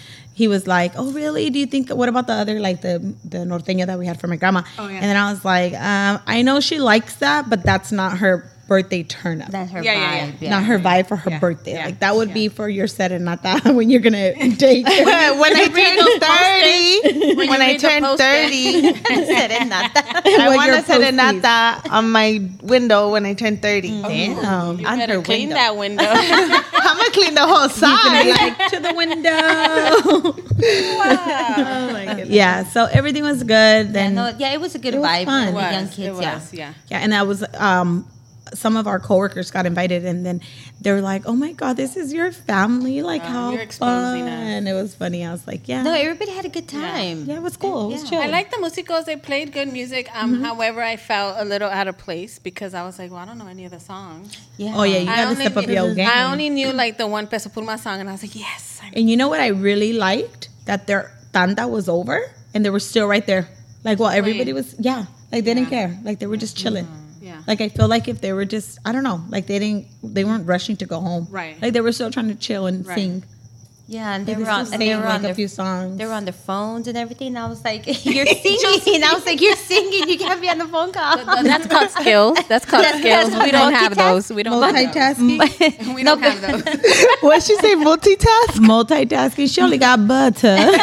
Speaker 1: he was like, "Oh, really? Do you think? What about the other, like the the norteña that we had from my grandma?"
Speaker 2: Oh, yeah.
Speaker 1: And then I was like, um, "I know she likes that, but that's not her birthday turn up.
Speaker 3: That's her
Speaker 4: Yeah, yeah, yeah.
Speaker 3: vibe. Yeah.
Speaker 1: Not her vibe for her birthday.
Speaker 4: yeah,
Speaker 1: Like that would be for your set and not that when you're gonna date.
Speaker 2: But when I turn 30, when,
Speaker 4: you
Speaker 2: I
Speaker 4: read the
Speaker 2: turn
Speaker 4: post-it.
Speaker 2: 30, I
Speaker 1: What
Speaker 2: want
Speaker 1: your
Speaker 2: to set a
Speaker 1: proceeds.
Speaker 2: nata on my window when I turn
Speaker 4: Mm.
Speaker 2: 30.
Speaker 1: Damn.
Speaker 4: You better clean that window.
Speaker 2: I'm going to clean the whole side.
Speaker 1: Like, to the window. yeah. So everything was good. Then
Speaker 3: No, yeah, it was a good
Speaker 1: was
Speaker 3: vibe
Speaker 1: fun.
Speaker 3: for the
Speaker 1: It
Speaker 3: young
Speaker 4: was,
Speaker 3: kids.
Speaker 4: it
Speaker 3: yeah.
Speaker 4: was, yeah.
Speaker 1: Yeah, and I was um some of our coworkers got invited and then they were like, "Oh my god, this is your family. Like how
Speaker 4: you're
Speaker 1: fun."
Speaker 4: exposing us.
Speaker 1: And it was funny. I was like, "Yeah.
Speaker 3: No, everybody had a good time.
Speaker 1: yeah, it was cool. It was
Speaker 3: Yeah.
Speaker 1: chill."
Speaker 4: I like the musicals. They played good music. Um, However, I felt a little out of place because I was like, well, I don't know any of the songs.
Speaker 3: Yeah.
Speaker 1: Oh yeah, you
Speaker 4: I
Speaker 1: got to
Speaker 4: only
Speaker 1: step up
Speaker 4: knew-
Speaker 1: your game.
Speaker 4: I only knew like the one Peso Pluma song, and I was like, yes. I know.
Speaker 1: and you know what I really liked? That their tanda was over and they were still right there. Like while everybody
Speaker 4: Playing.
Speaker 1: was yeah, like they didn't care. Like they were just chilling.
Speaker 4: Yeah.
Speaker 1: Like I feel like if they were just I don't know, like they didn't they weren't rushing to go home.
Speaker 4: Right.
Speaker 1: Like they were still trying to chill and
Speaker 4: Right.
Speaker 1: sing.
Speaker 3: Yeah, and they
Speaker 1: Like,
Speaker 3: were on.
Speaker 1: still
Speaker 3: And they
Speaker 1: sang,
Speaker 3: were
Speaker 1: like, a
Speaker 3: on their
Speaker 1: few songs.
Speaker 3: They were on their phones and everything. And I was like, "You're singing." and I was like, "You're singing. You can't be on the phone call."
Speaker 4: But that's called skills. That's called skills.
Speaker 3: that's
Speaker 4: We don't have
Speaker 3: multitasking.
Speaker 4: those. We don't have those.
Speaker 1: multitasking.
Speaker 4: We don't have those.
Speaker 2: What she say? Multitask?
Speaker 1: multitasking. She only got butter.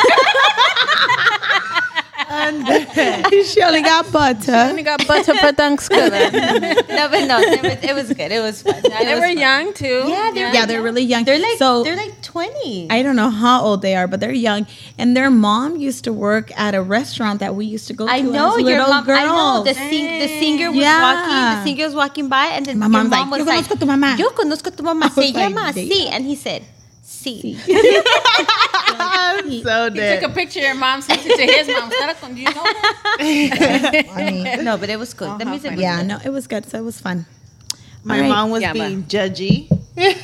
Speaker 1: she only got butter.
Speaker 4: We got butter for Thanksgiving.
Speaker 3: no, but no, it was, it was good. It was fun. It
Speaker 4: They
Speaker 3: was
Speaker 4: were
Speaker 3: fun.
Speaker 4: young too.
Speaker 3: Yeah, they were
Speaker 1: Yeah, they're really young.
Speaker 3: They're like
Speaker 1: so.
Speaker 3: they're like twenty.
Speaker 1: I don't know how old they are, but they're young. And their mom used to work at a restaurant that we used to go to.
Speaker 3: I
Speaker 1: as
Speaker 3: know your
Speaker 1: little
Speaker 3: mom. I know the,
Speaker 1: girls.
Speaker 3: sing, the singer was
Speaker 1: Yeah.
Speaker 3: walking. The singer was walking by, and then
Speaker 1: My
Speaker 3: your
Speaker 1: mom's
Speaker 3: mom
Speaker 1: like,
Speaker 3: was
Speaker 1: "Yo
Speaker 3: like,
Speaker 1: conozco tu mamá."
Speaker 3: Yo conozco tu mamá.
Speaker 1: I
Speaker 3: Se
Speaker 1: was like,
Speaker 3: llama
Speaker 1: "Damn."
Speaker 3: si, and he said, si.
Speaker 2: I'm so
Speaker 4: He took
Speaker 2: dead.
Speaker 4: a picture. Your mom sent it to his mom. Estará con- do you know that?
Speaker 1: I mean,
Speaker 3: no, but it was good. The
Speaker 4: how
Speaker 3: music,
Speaker 4: funny.
Speaker 3: was
Speaker 1: yeah, no, it was good. So it was fun.
Speaker 2: My
Speaker 1: All right.
Speaker 2: mom was
Speaker 4: Yeah,
Speaker 2: being judgy.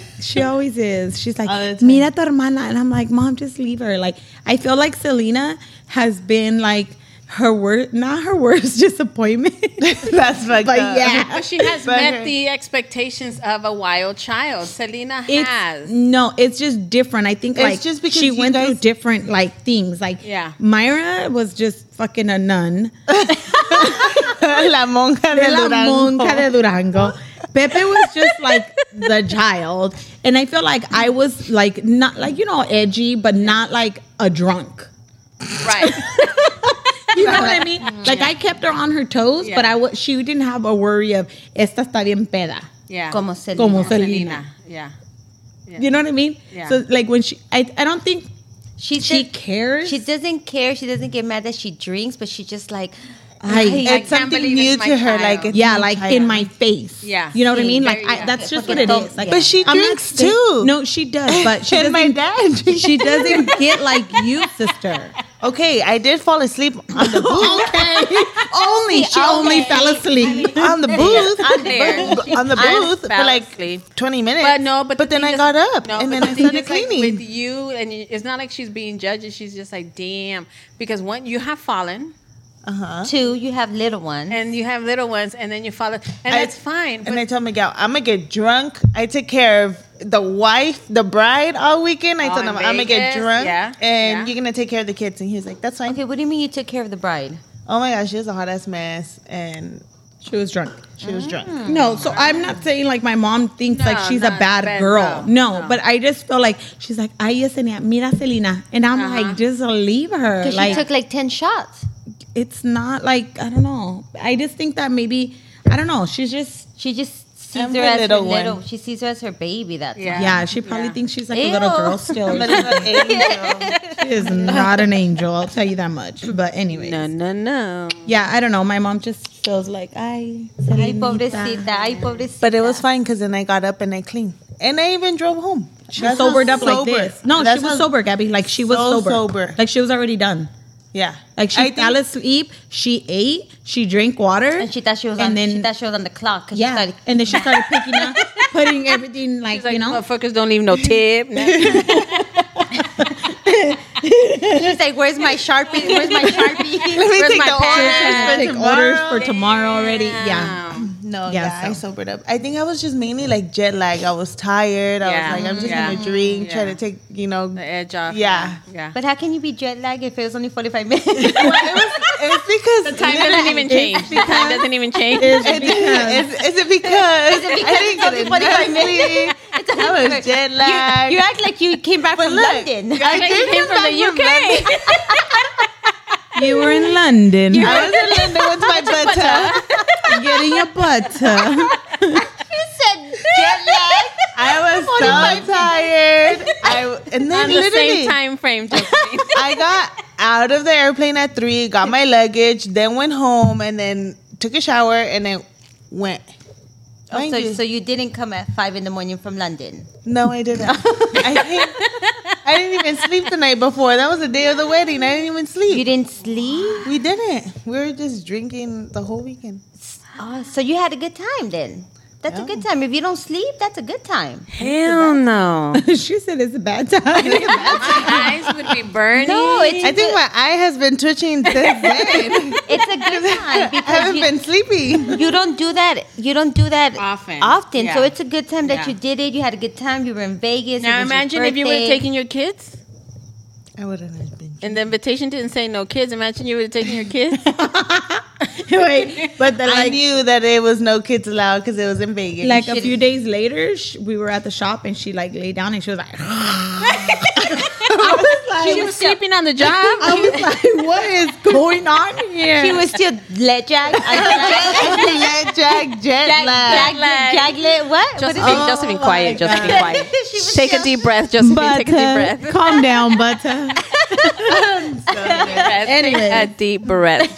Speaker 1: She always is. She's like,
Speaker 2: All the time.
Speaker 1: mira tu hermana. And I'm like, mom, just leave her. Like, I feel like Selena has been like her worst, not her worst disappointment.
Speaker 2: That's fucked
Speaker 1: But
Speaker 2: up.
Speaker 1: yeah.
Speaker 4: But she has
Speaker 2: But
Speaker 4: met
Speaker 2: her-
Speaker 4: the expectations of a wild child. Selena
Speaker 1: It's
Speaker 4: has.
Speaker 1: no, it's just different. I think
Speaker 2: It's
Speaker 1: like
Speaker 2: just because
Speaker 1: she
Speaker 2: you
Speaker 1: went through
Speaker 2: guys-
Speaker 1: different like things. Like
Speaker 4: Yeah.
Speaker 1: Myra was just fucking a nun.
Speaker 2: La monja de
Speaker 1: Bella
Speaker 2: Durango.
Speaker 1: Monca de Durango. Pepe was just like the child, and I feel like I was like not like you know edgy, but not like a drunk.
Speaker 4: Right.
Speaker 1: You know what I mean? Like I kept her on her toes, but
Speaker 4: Mm-hmm. Yeah.
Speaker 1: I was she didn't have a worry of esta está bien peda.
Speaker 4: Yeah.
Speaker 3: como Selena.
Speaker 1: Como Selena.
Speaker 4: Selena. Yeah.
Speaker 1: You know what I mean?
Speaker 4: Yeah.
Speaker 1: So like when she, I, I don't think
Speaker 3: She
Speaker 1: she
Speaker 3: just-
Speaker 1: cares.
Speaker 3: She doesn't care. She doesn't get mad that she drinks, but she just like,
Speaker 1: Ay,
Speaker 3: "Ay,
Speaker 2: It's
Speaker 4: I can't
Speaker 2: something
Speaker 4: believe
Speaker 2: new
Speaker 4: it's my
Speaker 2: to her.
Speaker 4: child.
Speaker 2: Like it's
Speaker 1: yeah,
Speaker 2: my
Speaker 1: like
Speaker 2: child.
Speaker 1: in my face.
Speaker 4: Yeah.
Speaker 1: You know what I
Speaker 4: See,
Speaker 1: mean?
Speaker 4: there
Speaker 1: Like
Speaker 4: you
Speaker 1: I,
Speaker 4: go.
Speaker 1: that's just what
Speaker 3: Like
Speaker 1: it
Speaker 3: adults,
Speaker 1: is. Like,
Speaker 3: yeah. But
Speaker 2: she
Speaker 1: I'm not
Speaker 2: drinks
Speaker 1: saying-
Speaker 2: too.
Speaker 1: No, she does, but she
Speaker 2: and my
Speaker 1: doesn't.
Speaker 2: dad.
Speaker 1: She doesn't get like you, sister.
Speaker 2: okay, I did fall asleep on the booth.
Speaker 1: only she only fell asleep.
Speaker 2: on the booth.
Speaker 4: I'm there.
Speaker 2: b- on the
Speaker 4: I
Speaker 2: booth for
Speaker 4: fell
Speaker 2: like
Speaker 4: asleep.
Speaker 2: 20 minutes.
Speaker 4: But no, but,
Speaker 2: but
Speaker 4: the
Speaker 2: then I
Speaker 4: thing
Speaker 2: got
Speaker 4: is-
Speaker 2: up
Speaker 4: no,
Speaker 2: and
Speaker 4: but
Speaker 2: then
Speaker 4: the
Speaker 2: I
Speaker 4: thing
Speaker 2: started
Speaker 4: is, like,
Speaker 2: cleaning.
Speaker 4: with you, and you- it's not like she's being judged. She's just like, damn, because one, you have fallen,
Speaker 2: Uh-huh.
Speaker 3: two, you have little one.
Speaker 4: and you have little ones, and then you fall, and
Speaker 2: I-
Speaker 4: that's fine. But
Speaker 2: and I told Miguel, I'm gonna get drunk. I took care of the wife, the bride all weekend. I
Speaker 4: Oh,
Speaker 2: told
Speaker 4: in
Speaker 2: him I'm gonna get
Speaker 4: Vegas?
Speaker 2: drunk,
Speaker 4: Yeah,
Speaker 2: and
Speaker 4: yeah.
Speaker 2: you're gonna take care of the kids. And he was like, "That's fine."
Speaker 3: Okay, what do you mean you took care of the bride?
Speaker 2: Oh my gosh, she was a hot ass mess, and
Speaker 1: She was drunk.
Speaker 2: she was drunk.
Speaker 4: Mm.
Speaker 1: No, so I'm not saying like my mom thinks like
Speaker 4: No,
Speaker 1: she's
Speaker 4: no,
Speaker 1: a bad
Speaker 4: bad
Speaker 1: girl.
Speaker 4: girl.
Speaker 1: No,
Speaker 4: No.
Speaker 1: but I just feel like she's like, ay, Yesenia, mira Selena. And I'm like, just leave her.
Speaker 3: Because
Speaker 1: Like,
Speaker 3: she took like ten shots.
Speaker 1: it's not like, I don't know. I just think that maybe, I don't know. She's just,
Speaker 3: She just sees
Speaker 2: I'm
Speaker 3: her
Speaker 2: the
Speaker 3: as
Speaker 2: little
Speaker 3: her
Speaker 2: one.
Speaker 3: little. She sees her as her baby. That's
Speaker 4: Yeah.
Speaker 3: why.
Speaker 1: yeah, she probably
Speaker 4: Yeah.
Speaker 1: thinks she's like a little
Speaker 3: Ew.
Speaker 1: girl still.
Speaker 2: But it's an angel.
Speaker 1: she is not an angel, I'll tell you that much. But anyway.
Speaker 4: no, no, no.
Speaker 1: Yeah, I don't know. My mom just feels like, ay,
Speaker 3: Ay,
Speaker 1: Selenita.
Speaker 3: pobrecita. Ay, pobrecita.
Speaker 2: But it was fine because then I got up and I cleaned, and I even drove home.
Speaker 1: She sobered up like this. No,
Speaker 2: That's
Speaker 1: she was
Speaker 2: how-
Speaker 1: sober, Gabby. Like she was
Speaker 2: So
Speaker 1: sober.
Speaker 2: sober.
Speaker 1: Like she was already done.
Speaker 2: Yeah.
Speaker 1: Like she
Speaker 2: I
Speaker 1: fell asleep, she ate, she drank water,
Speaker 3: And she thought she was
Speaker 1: and
Speaker 3: on.
Speaker 1: then
Speaker 3: she thought she was on the clock. 'cause she
Speaker 1: yeah,
Speaker 3: started-
Speaker 1: and then she started picking up, putting everything like,
Speaker 4: It's like, "Oh,
Speaker 1: you know,
Speaker 4: motherfuckers don't leave no tip.
Speaker 3: she's like, "Where's my sharpie? Where's my sharpie? Where's
Speaker 2: take
Speaker 3: my
Speaker 2: the
Speaker 3: pen?"
Speaker 2: orders.
Speaker 1: take
Speaker 2: tomorrow.
Speaker 1: orders for tomorrow already. Yeah,
Speaker 2: No,
Speaker 1: Yeah,
Speaker 2: yeah, I
Speaker 1: so-
Speaker 2: sobered up. I think I was just mainly like jet lag. I was tired.
Speaker 4: Yeah.
Speaker 2: I was like, I'm just
Speaker 4: Yeah.
Speaker 2: gonna drink, try
Speaker 4: Yeah.
Speaker 2: to take, you know.
Speaker 4: the edge off.
Speaker 2: Yeah.
Speaker 4: Yeah.
Speaker 3: But how can you be jet lagged if it was only forty five minutes?
Speaker 2: Well, it was, it's because
Speaker 4: Time doesn't even change. The time doesn't even change.
Speaker 1: It's because-
Speaker 2: Is, is it because I didn't get enough sleep? I was jet lagged.
Speaker 3: you act like you came back
Speaker 2: But
Speaker 3: from
Speaker 2: look,
Speaker 3: London.
Speaker 2: I
Speaker 4: Like, you
Speaker 2: did
Speaker 4: came
Speaker 2: come
Speaker 4: from
Speaker 2: back
Speaker 4: the
Speaker 2: from
Speaker 4: UK.
Speaker 1: you were in London
Speaker 2: I was in London with my butter.
Speaker 1: getting your butter.
Speaker 3: said jet lag.
Speaker 2: I was so tired. I and then
Speaker 4: On the
Speaker 2: literally
Speaker 4: same time frame. Josephine.
Speaker 2: I got out of the airplane at three, got my luggage, then went home, and then took a shower, and then went.
Speaker 3: Oh,
Speaker 2: Mind
Speaker 3: so,
Speaker 2: you-
Speaker 3: so you didn't come at five in the morning from London.
Speaker 2: no, I didn't. I didn't. I didn't even sleep the night before. That was the day of the wedding. I didn't
Speaker 3: You
Speaker 2: even sleep.
Speaker 3: didn't sleep.
Speaker 2: we didn't. We were just drinking the whole weekend.
Speaker 3: Oh, so you had a good time then. That's a
Speaker 2: Yeah.
Speaker 3: good time. If you don't sleep, that's a good time.
Speaker 4: Hell no.
Speaker 1: she said it's a bad time.
Speaker 4: My eyes would be burning.
Speaker 3: No, it's
Speaker 2: I think my eye has been twitching since then.
Speaker 3: it's a good time
Speaker 2: I
Speaker 3: because
Speaker 2: haven't
Speaker 3: you,
Speaker 2: been sleeping.
Speaker 3: you don't do that. You don't do that
Speaker 4: Often.
Speaker 3: Often. So
Speaker 4: Yeah.
Speaker 3: it's a good time that
Speaker 4: Yeah.
Speaker 3: you did it. You had a good time. You were in Vegas.
Speaker 4: Now
Speaker 3: it was your
Speaker 4: imagine if you would have
Speaker 3: birthday.
Speaker 4: taken your kids
Speaker 2: I wouldn't have been.
Speaker 4: and the invitation didn't say no kids. Imagine you would have taken your kids.
Speaker 1: Wait, but the,
Speaker 2: I
Speaker 1: like,
Speaker 2: knew that it was no kids allowed because it was in Vegas.
Speaker 1: like a
Speaker 3: should've-
Speaker 1: few days later, sh we were at the shop and she like lay down and she was like,
Speaker 4: she was sleeping on the job.
Speaker 1: I was like, what is going on here?
Speaker 3: She was still jet lag. Jet
Speaker 2: jet lag, jet lag.
Speaker 3: lag. Jet lag. What? What is
Speaker 4: Josephine, Josephine, quiet. Josephine, quiet.
Speaker 3: it? She was
Speaker 4: Take a
Speaker 3: still-
Speaker 4: deep breath, Josephine. Take a deep breath.
Speaker 1: Butter, calm down, butter.
Speaker 4: Anyway. Take a deep breath.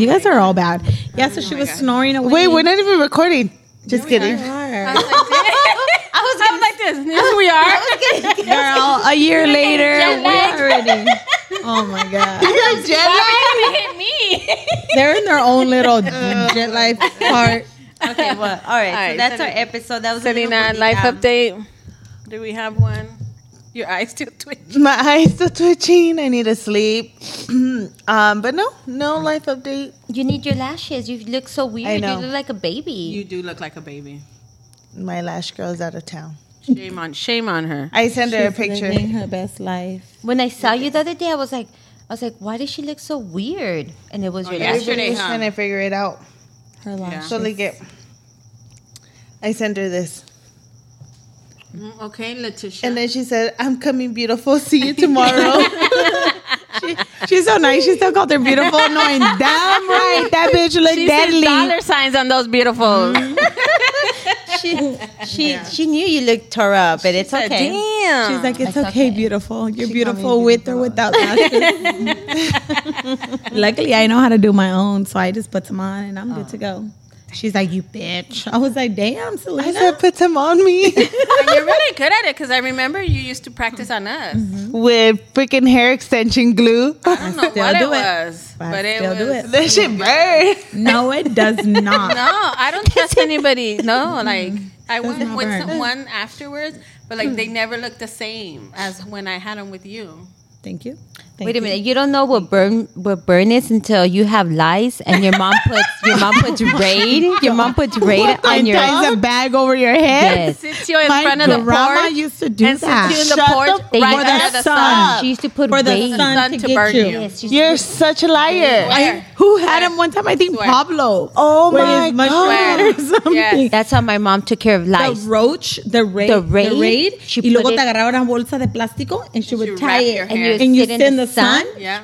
Speaker 1: you guys are all bad. Yeah, so she was snoring away.
Speaker 2: Wait, we're not even recording. Just kidding.
Speaker 4: I was I'm like this. Yes, we are.
Speaker 1: Girl, a year later,
Speaker 4: Jet lag.
Speaker 1: we're already. Oh my god,
Speaker 4: Why would you hit me?
Speaker 1: they're in their own little
Speaker 2: Uh,
Speaker 1: jet life part.
Speaker 3: Okay, well, all right. so
Speaker 4: right,
Speaker 3: that's our episode. That was a little
Speaker 4: Selena,
Speaker 3: bit,
Speaker 4: life
Speaker 3: um,
Speaker 4: update. Do we have one? Your eyes still twitch.
Speaker 2: My eyes still twitching. I need to sleep. um, but no, no life update.
Speaker 3: You need your lashes. You look so weird.
Speaker 2: know.
Speaker 3: You look like a baby.
Speaker 4: do look like a baby.
Speaker 2: My lash girl's out of town.
Speaker 4: Shame on, shame on her.
Speaker 2: I sent her a picture.
Speaker 1: Living her best life.
Speaker 3: When I saw you the other day, I was like, I was like, why does she look so weird? And it was your
Speaker 4: yeah.
Speaker 3: lashes.
Speaker 4: Yesterday,
Speaker 2: Everybody's
Speaker 4: huh?
Speaker 2: trying to figure it out.
Speaker 1: Her life.
Speaker 2: So like it. I sent her this,
Speaker 4: Mm, Okay, Letitia.
Speaker 2: and then she said, "I'm coming, beautiful. See you tomorrow."
Speaker 1: She's so nice. She still called her beautiful, knowing damn right that bitch looked
Speaker 4: she said
Speaker 1: deadly. Mm-hmm.
Speaker 4: dollar signs on those beautifuls.
Speaker 3: She, she, she knew you looked tore up, but it's okay.
Speaker 4: Damn.
Speaker 1: She's like, Um, it's okay,
Speaker 3: That's okay.
Speaker 1: beautiful. You're beautiful with or without lashes. Luckily, I know how to do my own, so I just put them on and I'm good to go. She's like, you bitch. Oh. I was like, damn,
Speaker 2: I
Speaker 1: Selena.
Speaker 2: said, "Put them on me
Speaker 4: you're really good at it because I remember you used to practice on us.
Speaker 1: Mm-hmm.
Speaker 2: with freaking hair extension glue."
Speaker 4: I don't know
Speaker 1: still
Speaker 4: what it,
Speaker 1: do it.
Speaker 4: was,
Speaker 1: I
Speaker 4: but it
Speaker 1: still
Speaker 4: was.
Speaker 1: do it.
Speaker 2: that shit burned.
Speaker 1: No, it does not.
Speaker 4: No, I don't trust anybody. No, like I went
Speaker 1: Mm-hmm. not
Speaker 4: with
Speaker 1: burn.
Speaker 4: someone afterwards, but like they never looked the same as when I had them with you.
Speaker 1: Thank you. Thank
Speaker 3: Wait a
Speaker 1: you.
Speaker 3: minute. You don't know what burn what burn is until you have lice and your mom puts your mom puts raid your mom puts raid on
Speaker 1: And
Speaker 3: your
Speaker 1: ties a bag over your head.
Speaker 3: yes.
Speaker 4: Sits you in
Speaker 1: My
Speaker 4: front of the
Speaker 1: grandma
Speaker 4: porch
Speaker 1: used to do
Speaker 4: and
Speaker 1: that.
Speaker 4: sits you in the
Speaker 2: Shut
Speaker 4: porch
Speaker 2: the
Speaker 4: right
Speaker 1: for
Speaker 3: fuck
Speaker 4: under
Speaker 1: the
Speaker 4: the sun.
Speaker 1: sun.
Speaker 3: She used to put
Speaker 1: for the
Speaker 3: raid.
Speaker 1: sun
Speaker 4: Sun
Speaker 1: to,
Speaker 4: to
Speaker 1: get
Speaker 4: burn
Speaker 1: you.
Speaker 4: you.
Speaker 3: Yes, she used to-
Speaker 2: You're such a liar.
Speaker 1: I, who had him one time? I think
Speaker 4: Swear.
Speaker 1: Pablo.
Speaker 2: Oh
Speaker 1: with
Speaker 2: my
Speaker 1: his mushroom
Speaker 2: God.
Speaker 1: or something.
Speaker 4: Yes.
Speaker 3: that's how my mom took care of
Speaker 1: the
Speaker 3: lice.
Speaker 1: roach, the raid,
Speaker 3: The
Speaker 1: the
Speaker 3: raid,
Speaker 1: raid,
Speaker 3: she
Speaker 1: y luego
Speaker 3: put
Speaker 1: te
Speaker 3: it-
Speaker 1: agarraba una bolsa de plástico and she would
Speaker 4: you
Speaker 1: tie
Speaker 4: wrap your
Speaker 1: it.
Speaker 4: hair.
Speaker 3: and you,
Speaker 1: And you
Speaker 3: sit,
Speaker 1: sit in the sun.
Speaker 4: Yeah.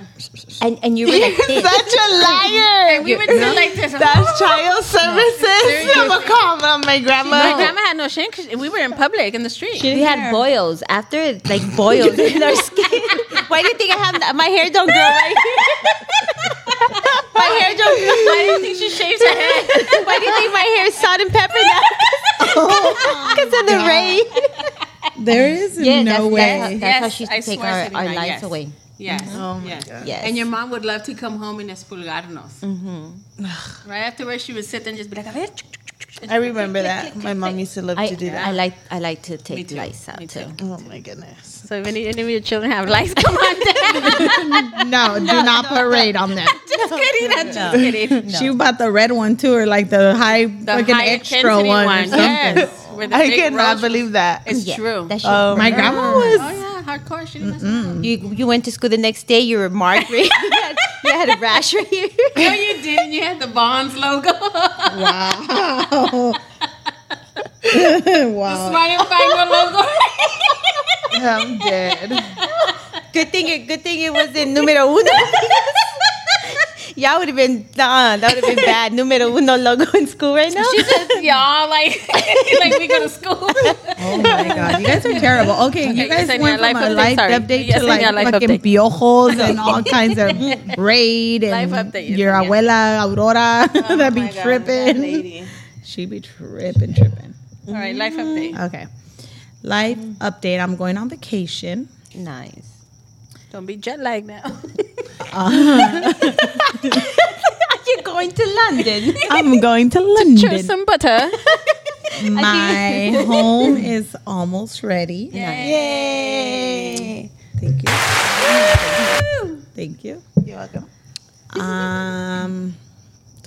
Speaker 3: and, and you were like
Speaker 2: You're
Speaker 3: this.
Speaker 2: such a liar.
Speaker 4: And we would do like this.
Speaker 2: That's child services.
Speaker 4: Seriously.
Speaker 2: I'm gonna call my- my
Speaker 4: My
Speaker 2: grandma.
Speaker 4: grandma had no shame 'cause we were in public in the street.
Speaker 1: She
Speaker 3: We
Speaker 1: didn't
Speaker 3: had
Speaker 1: care.
Speaker 3: boils after it, like boils in our skin. Why do you think I have that? My hair don't grow right here. My hair don't grow.
Speaker 4: Why do you think she shaves her head?
Speaker 3: Why do you think my hair is salt and pepper now? Because of the raid.
Speaker 1: There is
Speaker 3: Yeah,
Speaker 1: no
Speaker 3: that's,
Speaker 1: way.
Speaker 3: Oh, That's, that's how
Speaker 4: Yes,
Speaker 3: she used
Speaker 4: I
Speaker 3: to take
Speaker 4: swear,
Speaker 3: our,
Speaker 4: Selena,
Speaker 3: our lights
Speaker 4: yes.
Speaker 3: away.
Speaker 4: Yes.
Speaker 2: Oh my
Speaker 4: yes.
Speaker 2: God.
Speaker 3: Yes.
Speaker 4: And your mom would love to come home and espulgarnos. Mm-hmm. right afterwards, she would sit there and just be like, a ver.
Speaker 2: I remember that. My mom used to love
Speaker 3: I,
Speaker 2: to do
Speaker 3: I
Speaker 2: that.
Speaker 3: like I like to take
Speaker 4: too.
Speaker 3: lights out
Speaker 4: Me
Speaker 3: too.
Speaker 2: Oh my goodness.
Speaker 4: So if any, any of your children have lights, come on down.
Speaker 1: No, do not put raid on them.
Speaker 4: just kidding. I'm just kidding.
Speaker 1: She bought the red one too, or like the high fucking
Speaker 4: high
Speaker 1: extra
Speaker 4: intensity
Speaker 1: one. Or something.
Speaker 4: Yes. With the
Speaker 2: I
Speaker 4: big
Speaker 2: cannot
Speaker 4: roach.
Speaker 2: believe that.
Speaker 4: It's
Speaker 3: Yeah,
Speaker 4: true.
Speaker 3: That's
Speaker 2: Oh,
Speaker 1: My grandma was.
Speaker 4: oh, yeah. Hardcore. She didn't mess around.
Speaker 3: you. You went to school the next day. You were marked. you, had, you had a rash right here.
Speaker 4: No, you didn't. You had the Bonds logo.
Speaker 2: Oh.
Speaker 1: Wow. wow.
Speaker 4: Smart and Final logo.
Speaker 2: I'm dead.
Speaker 3: Good thing. It, good thing it was in numero uno. Y'all would have been. Nah, that would have been bad. Numero uno logo in school right now.
Speaker 4: She says, y'all, like, like we go to school.
Speaker 1: Oh my god, you guys are terrible. Okay, you guys
Speaker 4: Yesenia,
Speaker 1: went from
Speaker 4: life
Speaker 1: a
Speaker 4: update,
Speaker 1: life
Speaker 4: sorry.
Speaker 1: update to
Speaker 4: Yesenia,
Speaker 1: like
Speaker 4: life
Speaker 1: fucking
Speaker 4: update.
Speaker 1: piojos and all kinds of braid and
Speaker 4: Life update,
Speaker 1: your
Speaker 4: Yesenia.
Speaker 1: abuela Aurora that be
Speaker 4: Oh my God, that
Speaker 1: tripping.
Speaker 4: lady.
Speaker 1: she be tripping, tripping.
Speaker 4: All right, life update.
Speaker 1: Okay, life update. I'm going on vacation.
Speaker 3: nice.
Speaker 4: Don't be jet lagged now.
Speaker 3: You're going to London.
Speaker 1: I'm going to London.
Speaker 4: some butter.
Speaker 1: My home is almost ready.
Speaker 2: Yay.
Speaker 1: Thank you. Thank you.
Speaker 2: You're welcome.
Speaker 1: Um,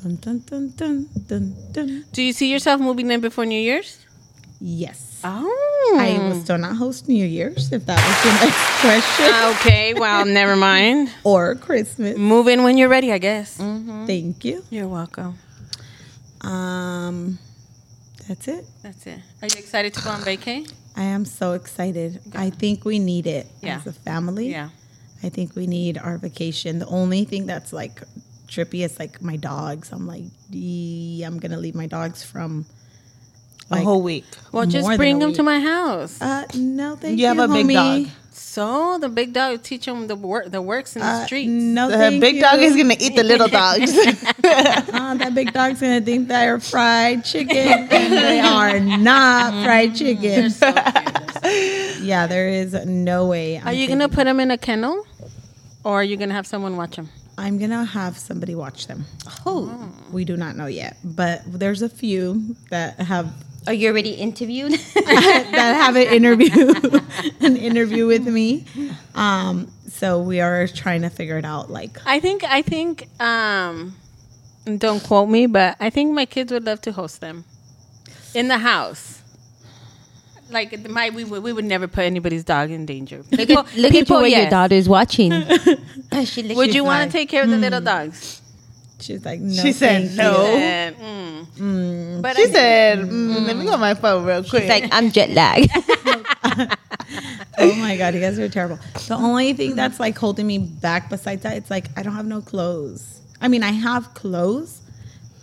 Speaker 1: dun, dun, dun, dun, dun, dun.
Speaker 4: Do you see yourself moving in before New Year's?
Speaker 1: Yes.
Speaker 4: Oh.
Speaker 1: I will still not host New Year's if that was your next question.
Speaker 4: Ah, okay, well, never mind.
Speaker 1: or Christmas.
Speaker 4: Move in when you're ready, I guess.
Speaker 1: Thank you.
Speaker 4: You're welcome.
Speaker 1: Um, that's it.
Speaker 4: That's it. Are you excited to go on vacay?
Speaker 1: I am so excited. I think we need it
Speaker 4: Yeah.
Speaker 1: as a family.
Speaker 4: Yeah.
Speaker 1: I think we need our vacation. The only thing that's like trippy is like my dogs. I'm like, "Yee, I'm gonna leave my dogs from.
Speaker 2: A
Speaker 1: Like-
Speaker 2: whole week.
Speaker 4: Well,
Speaker 1: More
Speaker 4: just
Speaker 1: than
Speaker 4: bring
Speaker 1: a
Speaker 4: them to
Speaker 1: week.
Speaker 4: my house.
Speaker 1: Uh, no, thank you.
Speaker 2: You have a big
Speaker 1: homie.
Speaker 2: dog.
Speaker 4: So the big dog teach them the work, the works in the
Speaker 1: Uh,
Speaker 4: streets.
Speaker 1: no,
Speaker 2: The
Speaker 1: thank
Speaker 2: big
Speaker 1: you.
Speaker 2: dog is gonna eat the little dogs.
Speaker 1: Uh, that big dog's gonna think they are fried chicken, and they are
Speaker 4: Mm-hmm.
Speaker 1: not fried chicken. yeah, there is no way. I'm
Speaker 4: Are you
Speaker 1: taking-
Speaker 4: gonna put them in a kennel, or are you gonna have someone watch them?
Speaker 1: I'm gonna have somebody watch them. Oh, we do not know yet, but there's a few that have
Speaker 3: Are you already interviewed?
Speaker 1: that have an interview, an interview with me. Um, so we are trying to figure it out. Like,
Speaker 4: I think I think um, don't quote me, but I think my kids would love to host them in the house. Like my, we would we would never put anybody's dog in danger.
Speaker 3: Look at, look at you
Speaker 4: people,
Speaker 3: what
Speaker 4: yes.
Speaker 3: your daughter is watching. she literally-
Speaker 4: Would you want
Speaker 1: like,
Speaker 4: to take care of the little dogs?
Speaker 1: she's like, no, Hmm.
Speaker 2: She said
Speaker 1: thank you.
Speaker 2: no.
Speaker 4: And, mm. But I
Speaker 2: She
Speaker 4: think-
Speaker 2: said, mm, "Let me go on my phone real quick."
Speaker 3: It's like I'm jet lagged.
Speaker 1: Oh my god, you guys are terrible. The only thing that's like holding me back besides that, it's like I don't have no clothes. I mean, I have clothes,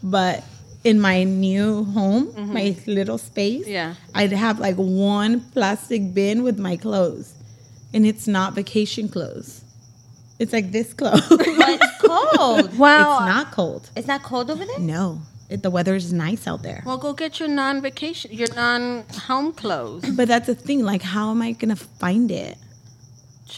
Speaker 1: but in my new home, my little space,
Speaker 4: Yeah.
Speaker 1: I'd have like one plastic bin with my clothes, and it's not vacation clothes. It's like this clothes.
Speaker 3: it's cold.
Speaker 4: Well,
Speaker 1: it's not cold.
Speaker 3: It's not cold over there.
Speaker 1: No, it, the weather is nice out there.
Speaker 4: well, go get your non-vacation, your non-home clothes.
Speaker 1: But that's the thing. Like, how am I gonna find it?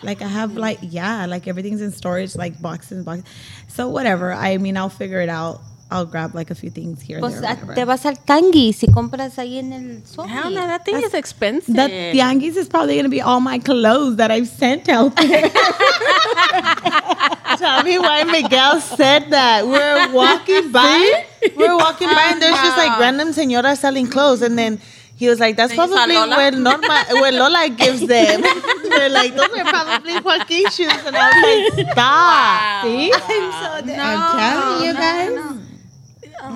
Speaker 1: Like, I have like yeah, like everything's in storage, like boxes, boxes. So whatever. I mean, I'll figure it out. I'll grab like a few things here. and
Speaker 3: Pues
Speaker 1: there,
Speaker 3: a-
Speaker 1: whatever.
Speaker 3: te vas al tangi si compras ahí en el sobre.
Speaker 4: Hell no, that thing is expensive.
Speaker 1: That Tianguis is probably gonna be all my clothes that I've sent out there.
Speaker 2: Tell me why Miguel said that. We're walking by. We're walking by, and there's just like random señoras selling clothes, and then. He was like, "That's
Speaker 4: Then you saw
Speaker 2: probably
Speaker 4: Lola?
Speaker 2: where Norma, where Lola gives them." They're like, "Those are probably fucking shoes," and I was like, "Stop!" See, I'm so dead.
Speaker 1: I'm telling you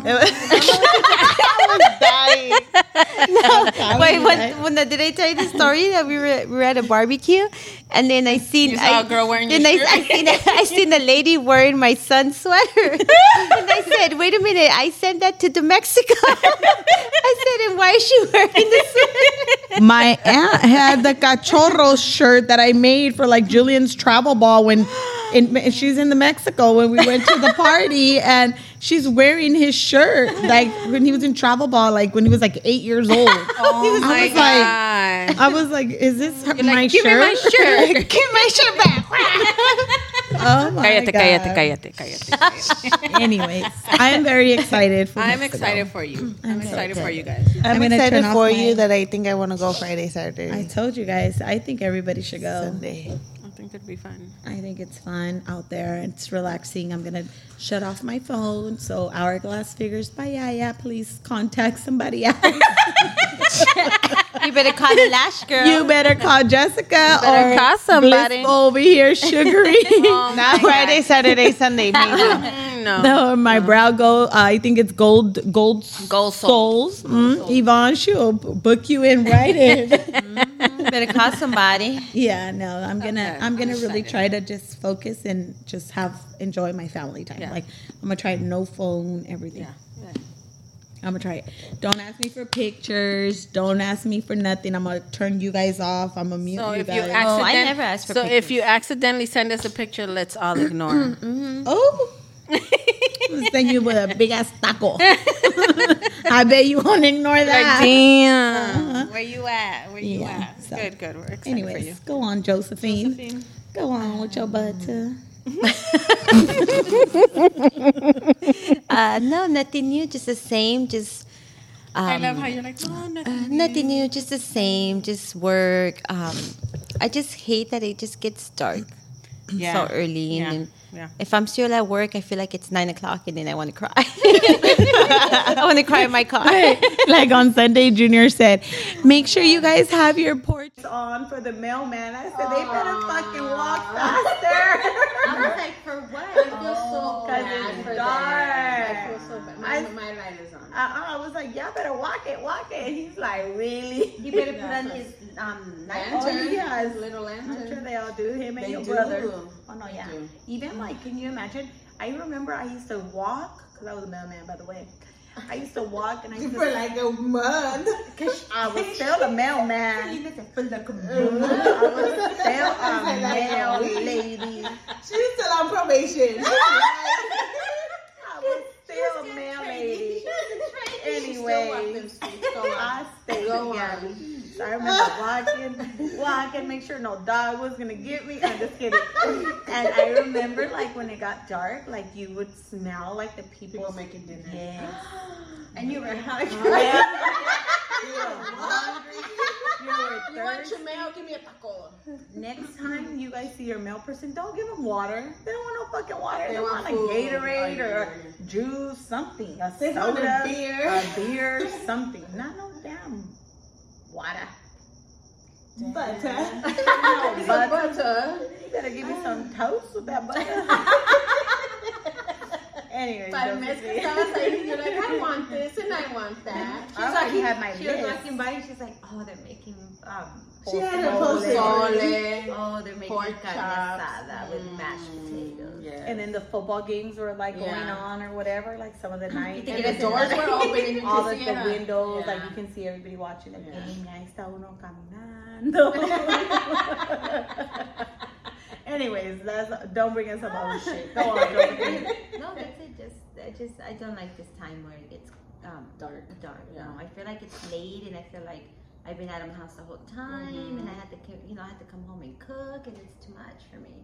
Speaker 1: guys.
Speaker 2: I was dying.
Speaker 3: Wait, when, when the, did I tell you the story that we were we were at a barbecue, and then I seen
Speaker 4: You
Speaker 3: I,
Speaker 4: saw a girl wearing your
Speaker 3: then I, I
Speaker 4: shirt?
Speaker 3: seen I seen a lady wearing my son's sweater, and I said, "Wait a minute, I sent that to the Mexico." I said, "And why is she wearing the sweater?"
Speaker 1: my aunt had the cachorro shirt that I made for like Julian's travel ball when in, she's in the Mexico when we went to the party and she's wearing his shirt. Like when he was in travel ball, like when he was like eight years old. oh he was, I
Speaker 4: my
Speaker 1: was like,
Speaker 4: God.
Speaker 1: I was like, is this her, my
Speaker 4: Give me
Speaker 1: shirt?
Speaker 4: my shirt.
Speaker 2: Give my shirt back.
Speaker 1: Oh my
Speaker 4: Cállate, cállate,
Speaker 1: God.
Speaker 4: cállate, cállate.
Speaker 1: Anyways, I am very excited. For
Speaker 4: I'm
Speaker 1: Mexico.
Speaker 4: excited for you. I'm
Speaker 1: so
Speaker 4: excited for
Speaker 1: excited.
Speaker 4: you guys.
Speaker 2: I'm,
Speaker 1: I'm gonna
Speaker 2: excited
Speaker 1: turn off
Speaker 2: for
Speaker 1: my-
Speaker 2: you that I think I want to go Friday, Saturday,
Speaker 1: I told you guys, I think everybody should go.
Speaker 2: Sunday.
Speaker 4: I think it'd be fun.
Speaker 1: I think it's fun out there. It's relaxing. I'm gonna shut off my phone. So hourglass figures by Yaya, please contact somebody else.
Speaker 3: You better call the lash girl.
Speaker 1: you better call Jessica
Speaker 4: better
Speaker 1: or
Speaker 4: call somebody.
Speaker 1: Bliss over here, sugary.
Speaker 2: Not Friday, Saturday, Sunday. Maybe.
Speaker 4: No.
Speaker 1: No, my brow go. uh, I think it's gold, gold,
Speaker 4: Gold
Speaker 1: souls. Mm, Yvonne, she'll b- book you in right in.
Speaker 3: You better call somebody.
Speaker 1: yeah, no, I'm gonna,
Speaker 4: Okay,
Speaker 1: I'm gonna
Speaker 4: I'm
Speaker 1: really
Speaker 4: excited.
Speaker 1: try to just focus and just have enjoy my family time.
Speaker 4: Yeah.
Speaker 1: Like I'm gonna try no phone, everything.
Speaker 4: Yeah. yeah.
Speaker 1: I'm gonna try it. Don't ask me for pictures. Don't ask me for nothing. I'm gonna turn you guys off. I'm gonna mute
Speaker 4: So
Speaker 1: you
Speaker 4: if you
Speaker 1: guys.
Speaker 4: accident-
Speaker 3: Oh, I never asked for
Speaker 4: so if you accidentally send us a picture, let's all ignore.
Speaker 1: oh, I'm gonna send you with a big ass taco. I bet you won't ignore that.
Speaker 4: Like, damn. Where you at? Where you
Speaker 1: Uh-huh. Yeah,
Speaker 4: at?
Speaker 1: so-
Speaker 4: Good, good. We're excited for you.
Speaker 1: Anyways, go on, Josephine.
Speaker 4: Josephine.
Speaker 1: Go on with your butter.
Speaker 3: Uh, no, nothing new, just the same, just. Um,
Speaker 4: I love how you're like, oh, nothing.
Speaker 1: Mm-hmm.
Speaker 3: Nothing new, just the same, just work. Um, I just hate that it just gets dark
Speaker 4: Yeah.
Speaker 3: so early.
Speaker 4: Yeah.
Speaker 3: And then
Speaker 4: Yeah.
Speaker 3: if I'm still at work, I feel like it's nine o'clock and then I want to cry. I want to cry in my car.
Speaker 1: like on Sunday, Junior said, "Make sure you guys have your porch on for the mailman." I said, "They better fucking walk faster." Oh,
Speaker 5: I was like, for what? I feel so bad
Speaker 1: it's
Speaker 5: for
Speaker 1: dark.
Speaker 5: that. I feel so bad. My, my light is on.
Speaker 1: Uh-uh, I was like, "Y'all better walk it, walk it." And he's like, "Really?"
Speaker 5: He better put on his um, lantern.
Speaker 1: Oh, yes.
Speaker 5: His little lantern.
Speaker 1: I'm sure they all do. Him and
Speaker 5: They
Speaker 1: your
Speaker 5: do.
Speaker 1: brother. Oh no, yeah.
Speaker 5: do.
Speaker 1: Even like, can you imagine? I remember I used to walk because I was a mailman, by the way. I used to walk and I used to
Speaker 5: For like a month.
Speaker 1: Cause I was still a mailman.
Speaker 5: For like a month.
Speaker 1: I was still a
Speaker 5: Like a
Speaker 1: mail
Speaker 5: week.
Speaker 1: lady.
Speaker 5: She's still on probation.
Speaker 1: I was still a mail lady. Anyway, I stayed
Speaker 5: Go
Speaker 1: yeah.
Speaker 5: on.
Speaker 1: So I remember walking, walking, make sure no dog was gonna get me. I'm just kidding. And I remember like when it got dark, like you would smell like the people,
Speaker 5: People making dinner.
Speaker 1: Yes.
Speaker 5: And you were hungry.
Speaker 1: You were
Speaker 5: You want
Speaker 1: thirsty.
Speaker 5: your mail? Give me a taco.
Speaker 1: Next time you guys see your mail person, don't give them water. They don't want no fucking water. They,
Speaker 5: They want
Speaker 1: want, like
Speaker 5: food.
Speaker 1: Gatorade
Speaker 5: Oh,
Speaker 1: or
Speaker 5: yeah,
Speaker 1: juice, something. A
Speaker 5: They want a
Speaker 1: soda,
Speaker 5: beer.
Speaker 1: a beer, something. Not no damn water.
Speaker 5: Butter.
Speaker 1: No butter. Ah.
Speaker 5: Butter.
Speaker 1: You better give me some toast with that butter. Anyways,
Speaker 5: Five
Speaker 1: don't
Speaker 5: minutes,
Speaker 1: get me-
Speaker 5: because I was like, you're like, I want this and I want that. She
Speaker 1: I
Speaker 5: was
Speaker 1: already
Speaker 5: walking,
Speaker 1: had my
Speaker 5: she was
Speaker 1: list.
Speaker 5: walking by and she's like, oh, they're making um,
Speaker 1: She had a
Speaker 5: pozole.
Speaker 3: Oh, they're making
Speaker 5: pork
Speaker 3: carne
Speaker 5: chops.
Speaker 3: asada
Speaker 1: mm.
Speaker 3: with mashed potatoes.
Speaker 1: and then the football games were like going
Speaker 5: Yeah.
Speaker 1: on or whatever, like some of the night.
Speaker 5: And the doors were open and you
Speaker 1: all
Speaker 5: could
Speaker 1: the,
Speaker 5: see
Speaker 1: the
Speaker 5: her.
Speaker 1: windows,
Speaker 5: Yeah.
Speaker 1: like you can see everybody watching the
Speaker 5: Yeah.
Speaker 1: game. Ahí está uno caminando. Anyways, that's don't bring us up all this shit. Go on, don't bring us-
Speaker 3: No, that's it. Just, I just, I don't like this time where it gets um, dark. Dark. No, I feel like it's late, and I feel like I've been out of my house the whole time,
Speaker 5: Mm-hmm.
Speaker 3: and I had to, co- you know, I had to come home and cook, and it's too much for me.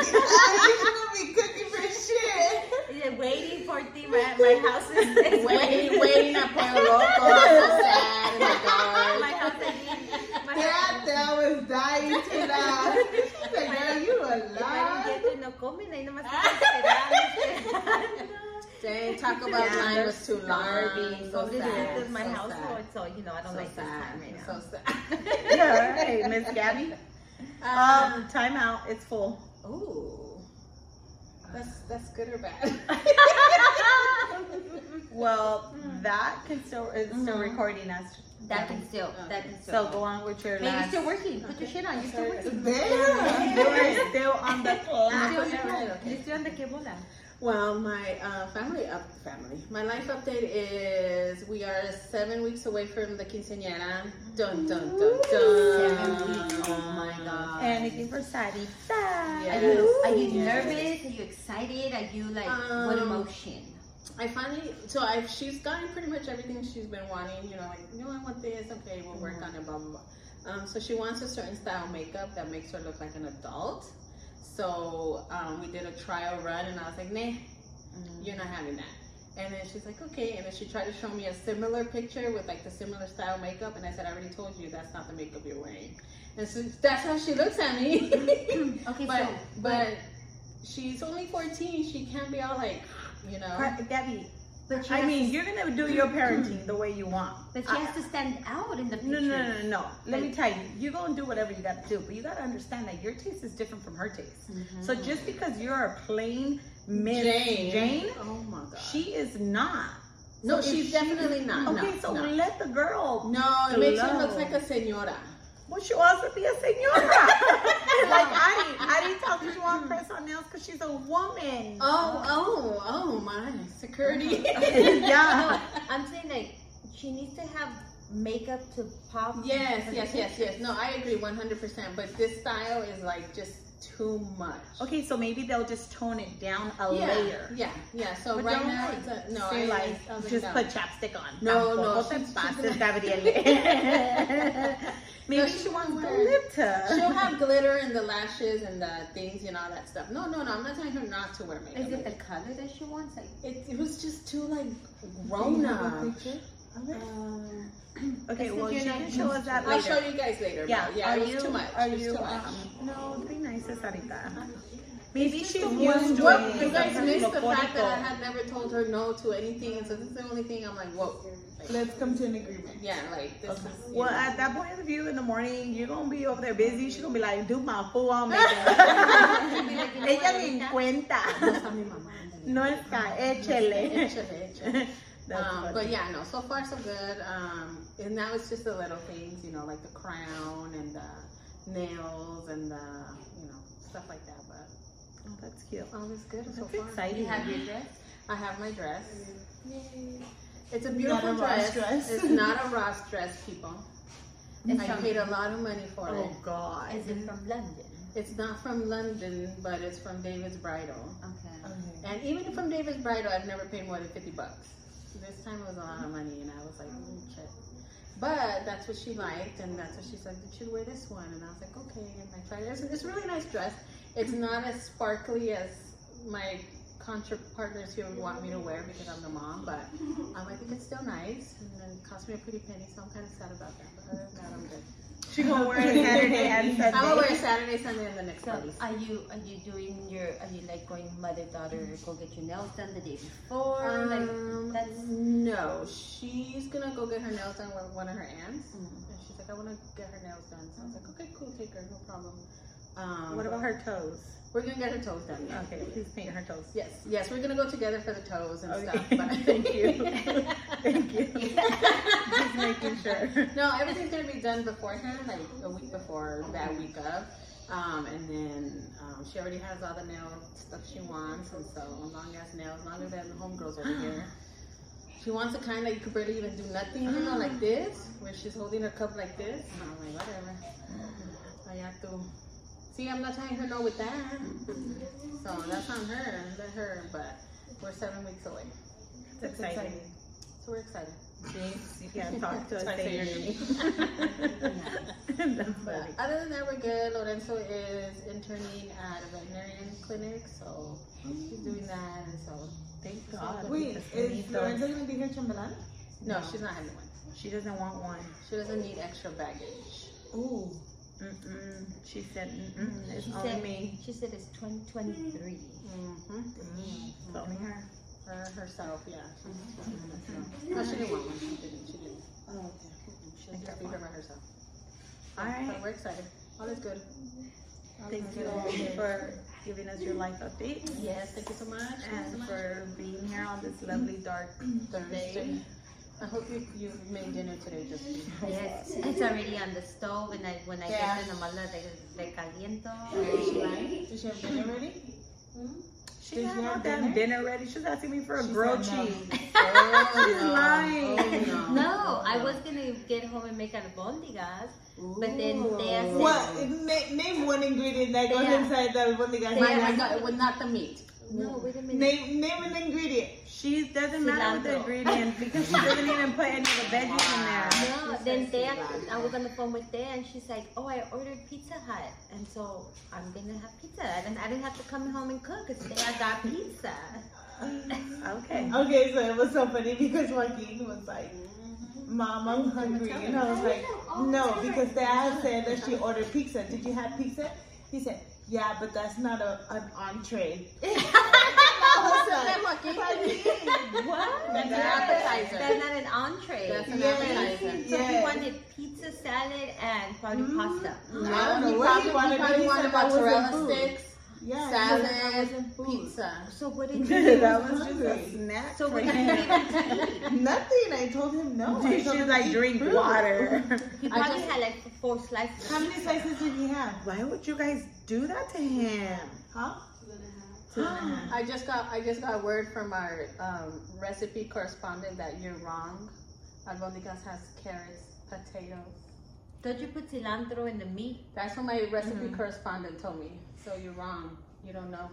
Speaker 5: be cooking for shit.
Speaker 3: Yeah, waiting for the my, my house is
Speaker 5: Waiting, waiting at Pueblo Loco. So sad oh in the dark.
Speaker 3: My house is my house.
Speaker 5: That, that was dying to laugh. She's like, girl, you
Speaker 3: If I
Speaker 5: alive.
Speaker 3: don't get to no comen, ahí nomás estoy esperando.
Speaker 5: Dang, talk about
Speaker 3: Yeah,
Speaker 5: mine was too
Speaker 3: Starving.
Speaker 5: long.
Speaker 3: So
Speaker 5: So
Speaker 3: this
Speaker 5: sad.
Speaker 3: is my
Speaker 5: so
Speaker 3: household,
Speaker 5: sad.
Speaker 3: so you know I don't
Speaker 5: So
Speaker 3: like this time right
Speaker 5: sad.
Speaker 3: now.
Speaker 5: So sad.
Speaker 1: Yeah, right, Miss Gabby. Um, time out. It's full.
Speaker 5: Ooh. That's that's good or bad.
Speaker 1: Well, that can still is still
Speaker 5: Mm-hmm.
Speaker 1: recording us.
Speaker 3: That can still, that can still.
Speaker 1: So go on with your
Speaker 3: Hey, you're
Speaker 1: last.
Speaker 3: still working. Put your shit on. You're still working.
Speaker 5: Damn.
Speaker 1: You're still on the clock.
Speaker 3: You're still on the que bola.
Speaker 4: Well, my uh, family up family. My life update is we are seven weeks away from the quinceañera. Dun dun dun dun.
Speaker 3: Oh my god.
Speaker 2: Panicking for Sadie.
Speaker 3: Are you, are you nervous? Are you excited? Are you like what
Speaker 4: Um,
Speaker 3: emotion?
Speaker 4: I finally, so I she's gotten pretty much everything she's been wanting. You know, like you know, I want this. Okay, we'll work on it. Blah blah blah. Um, so she wants a certain style of makeup that makes her look like an adult. So um, we did a trial run, and I was like, nah,
Speaker 3: Mm-hmm.
Speaker 4: you're not having that. And then she's like, okay. And then she tried to show me a similar picture with like the similar style makeup, and I said, I already told you that's not the makeup you're wearing. And so that's how she looks at me.
Speaker 3: Okay,
Speaker 4: but
Speaker 3: so-
Speaker 4: but she's only 14. She can't be all like, you know.
Speaker 2: Debbie.
Speaker 3: But she
Speaker 2: I
Speaker 3: has
Speaker 2: mean,
Speaker 3: to,
Speaker 2: you're gonna do your parenting the way you want.
Speaker 3: but she
Speaker 2: I-
Speaker 3: has to stand out in the picture.
Speaker 2: No, no, no, no, no. Let me tell you, you're gonna do whatever you gotta do, but you gotta understand that your taste is different from her taste. So just because you're a plain Miss Jane,
Speaker 4: Jane. Oh my god.
Speaker 2: she is not.
Speaker 4: no,
Speaker 2: if
Speaker 4: she's
Speaker 2: she-
Speaker 4: definitely not.
Speaker 2: Okay,
Speaker 4: no,
Speaker 2: so
Speaker 4: no.
Speaker 2: let the girl.
Speaker 4: no, it makes her
Speaker 2: glow.
Speaker 4: look like a senora.
Speaker 2: Well, she wants to be a senora. like Addie, Addie tells me she wants press on nails because she's a woman.
Speaker 4: Oh, oh, oh my security.
Speaker 2: yeah.
Speaker 3: No, I'm saying like she needs to have makeup to pop.
Speaker 4: yes, yes, yes, yes. No, I agree 100%. But this style is like just too much.
Speaker 2: Okay, so maybe they'll just tone it down a
Speaker 4: Yeah,
Speaker 2: layer.
Speaker 4: yeah, yeah. So
Speaker 2: But
Speaker 4: right
Speaker 2: don't
Speaker 4: now,
Speaker 2: like,
Speaker 4: it's a, no,
Speaker 2: say
Speaker 4: I
Speaker 2: like
Speaker 4: I was
Speaker 2: just
Speaker 4: no.
Speaker 2: put chapstick on.
Speaker 4: No, no,
Speaker 2: Tampoco te
Speaker 4: she's-
Speaker 2: pases,
Speaker 4: she's-
Speaker 2: Gabriele. Maybe
Speaker 4: No,
Speaker 2: she,
Speaker 4: she
Speaker 2: wants
Speaker 4: won't wear-
Speaker 2: glitter.
Speaker 4: She'll have glitter in the lashes and the things and all that stuff. No, no, no. I'm not telling her not to wear makeup.
Speaker 3: Is it the color that she wants? Like
Speaker 4: it, it was just too like grown up. Um,
Speaker 2: Okay, well, she can show us that
Speaker 4: I'll
Speaker 2: later.
Speaker 4: show you guys later.
Speaker 2: Yeah,
Speaker 4: but yeah,
Speaker 2: are
Speaker 4: it was
Speaker 2: you-
Speaker 4: too much.
Speaker 2: Are
Speaker 4: it was
Speaker 2: you?
Speaker 4: too much.
Speaker 2: Um, no, be nice, Sarita. Maybe she's used
Speaker 4: Well,
Speaker 2: to
Speaker 4: well,
Speaker 2: it.
Speaker 4: you guys
Speaker 2: Sometimes
Speaker 4: missed
Speaker 2: lo
Speaker 4: the fact that I
Speaker 2: bonito.
Speaker 4: had never told her no to anything, and so this is the only thing I'm like, whoa. Like,
Speaker 6: Let's come to an agreement.
Speaker 4: yeah, like this is. you
Speaker 2: Well,
Speaker 4: know.
Speaker 2: at that point of view in the morning, you're gonna be over there busy. She's gonna be like, "Do my full on makeup." Ella le encuentra. No está, échele. That's
Speaker 4: Um,
Speaker 2: funny.
Speaker 4: but yeah, no. So far, so good. Um, and now it's just the little things, you know, like the crown and the nails and the, you know, stuff like that. But
Speaker 2: Oh, that's cute.
Speaker 4: all is good so far.
Speaker 2: That's
Speaker 3: you
Speaker 2: exciting.
Speaker 3: have your dress.
Speaker 4: I have my dress. It's a beautiful
Speaker 6: a Ross
Speaker 4: dress.
Speaker 6: dress.
Speaker 4: It's not a Ross dress, people.
Speaker 3: It's
Speaker 4: I
Speaker 3: from,
Speaker 4: paid a lot of money for
Speaker 2: Oh
Speaker 4: it.
Speaker 2: God.
Speaker 3: is it from London?
Speaker 4: It's not from London, but it's from David's Bridal.
Speaker 3: Okay.
Speaker 6: Okay.
Speaker 4: And even from David's Bridal, I've never paid more than 50 bucks. This time it was a lot of money, and I was like, "Ooh, shit. But that's what she liked, and that's what she said, you should wear this one. And I was like, okay. And I tried it. It's, it's a really nice dress. It's not as sparkly as my contract partners here would want me to wear because I'm the mom, but um, I think it's still nice. And then it cost me a pretty penny, so I'm kind of sad about that. But other than that, I'm good.
Speaker 2: She gonna wear it Saturday and Sunday.
Speaker 4: I'm going to wear Saturday, Sunday, and the next
Speaker 3: So
Speaker 4: party.
Speaker 3: are you are you doing your are you like going mother daughter go get your nails done the day before?
Speaker 4: Um,
Speaker 3: like that's
Speaker 4: no, she's gonna go get her nails done with one of her aunts,
Speaker 2: Mm.
Speaker 4: and she's like, "I want to get her nails done." So I was like, "Okay, cool, take her, no problem." Um,
Speaker 2: What about her toes?
Speaker 4: We're gonna get her toes done. Yeah.
Speaker 2: Okay, please paint her toes.
Speaker 4: Yes, yes, we're gonna go together for the toes and
Speaker 2: Okay.
Speaker 4: stuff. But
Speaker 2: Thank you. Thank you. Just making sure.
Speaker 4: no, everything's gonna be done beforehand, like a week before that week of. Um, and then um, she already has all the nail stuff she wants, and so long ass nails, longer than the homegirls over here. She wants a kind that you could barely even do nothing, you know, like this, where she's holding her cup like this. And I'm like, whatever. I have to. See, I'm not telling her no with that. So that's on her, let her, but we're seven weeks away.
Speaker 2: It's exciting.
Speaker 4: So we're excited.
Speaker 2: Jinx, you can't talk to us.
Speaker 4: Twice a
Speaker 2: say
Speaker 4: year.
Speaker 2: your name. That's
Speaker 4: But
Speaker 2: funny.
Speaker 4: other than that, we're good. Lorenzo is interning at a veterinarian clinic, so he's doing that. And so,
Speaker 2: Thank God.
Speaker 6: Wait,
Speaker 2: because we need
Speaker 6: is Lorenzo
Speaker 2: those.
Speaker 6: gonna be here chambelana?
Speaker 4: no, she's not having one.
Speaker 2: She doesn't want one.
Speaker 4: She doesn't need extra baggage.
Speaker 6: Ooh.
Speaker 2: Mm-mm. She said, mm-mm, it's
Speaker 3: she
Speaker 2: only
Speaker 3: said
Speaker 2: me.
Speaker 3: she said it's twenty twenty three.
Speaker 4: Mm-hmm.
Speaker 2: It's only her. Mm-hmm.
Speaker 4: For herself, yeah. She's- No, she didn't want one. She didn't. She didn't.
Speaker 6: Oh, okay.
Speaker 4: She was just her by herself.
Speaker 2: All
Speaker 4: So
Speaker 2: right.
Speaker 4: we're excited. All is good.
Speaker 2: Thank you all for giving us your life update
Speaker 4: Yes, thank you so much. Thank you so
Speaker 2: and
Speaker 4: much.
Speaker 2: for being here on this lovely dark
Speaker 4: Thursday. I hope you you made dinner today, just
Speaker 3: Yes, it's already on the stove and I when I
Speaker 6: Yeah.
Speaker 3: get the namala de, de caliento.
Speaker 6: Did she have dinner ready?
Speaker 7: Did you have damn dinner ready? She's asking me for a grilled cheese. She's lying.
Speaker 3: No, I was gonna get home and make albondigas, but then they asked.
Speaker 2: What? Na- name one ingredient that goes
Speaker 3: Yeah.
Speaker 2: inside the albondigas.
Speaker 3: They asked-
Speaker 7: No, it was not the meat.
Speaker 3: no, wait a minute.
Speaker 2: Name, name an ingredient.
Speaker 7: She doesn't matter what the
Speaker 3: Cilantro.
Speaker 7: ingredients because she doesn't even put any of the veggies in there.
Speaker 3: No, then they, I was on the phone with Thea, and she's like, "Oh, I ordered Pizza Hut, and so I'm gonna have pizza, and I didn't have to come home and cook because Thea got pizza."
Speaker 7: Okay.
Speaker 2: Okay, so it was so funny because Joaquin was like, Mom, I'm hungry. And I was like, No, because Dad said that she ordered pizza. Did you have pizza? He said, Yeah, but that's not a, an entree. I was like, What?
Speaker 7: That's an
Speaker 3: That's not an entree. That's
Speaker 7: an appetizer.
Speaker 3: So he
Speaker 2: Yes.
Speaker 3: wanted pizza salad and probably
Speaker 4: Mm.
Speaker 3: pasta.
Speaker 2: I don't know what he wanted, but he said that wasn't food. Yeah,
Speaker 7: pizza.
Speaker 3: So what did you?
Speaker 2: that was just a snack.
Speaker 3: So what did you even eat?
Speaker 2: Nothing. I told him no. I
Speaker 7: She's
Speaker 2: told him
Speaker 7: like,
Speaker 2: eat
Speaker 7: drink
Speaker 2: fruit."
Speaker 7: water.
Speaker 3: He probably had like four slices.
Speaker 2: How many slices did he have?
Speaker 7: Why would you guys do that to him?
Speaker 2: Huh?
Speaker 4: I just got I just got word from our um, recipe correspondent that you're wrong. Albondigas has carrots, potatoes.
Speaker 3: Don't you put cilantro in the meat?
Speaker 4: That's what my recipe correspondent told me. So you're wrong. You don't know.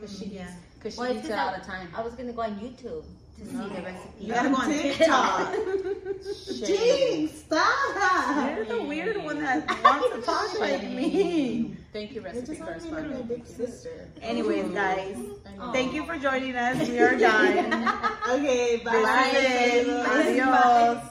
Speaker 4: Cause she eats, cause she
Speaker 3: Well, it's
Speaker 4: eats it
Speaker 3: just
Speaker 4: all
Speaker 3: like-
Speaker 4: the time. Mm.
Speaker 3: I was gonna go on YouTube to see the recipe.
Speaker 7: You gotta go on TikTok.
Speaker 2: Jeez, stop!
Speaker 7: You're the weird one that wants to talk like me.
Speaker 4: Thank you, recipe correspondent.
Speaker 2: big sister.
Speaker 7: Anyways, guys, thank you for joining us. We are done.
Speaker 2: Okay, bye.
Speaker 7: This is it.
Speaker 2: Bye.
Speaker 7: Adios.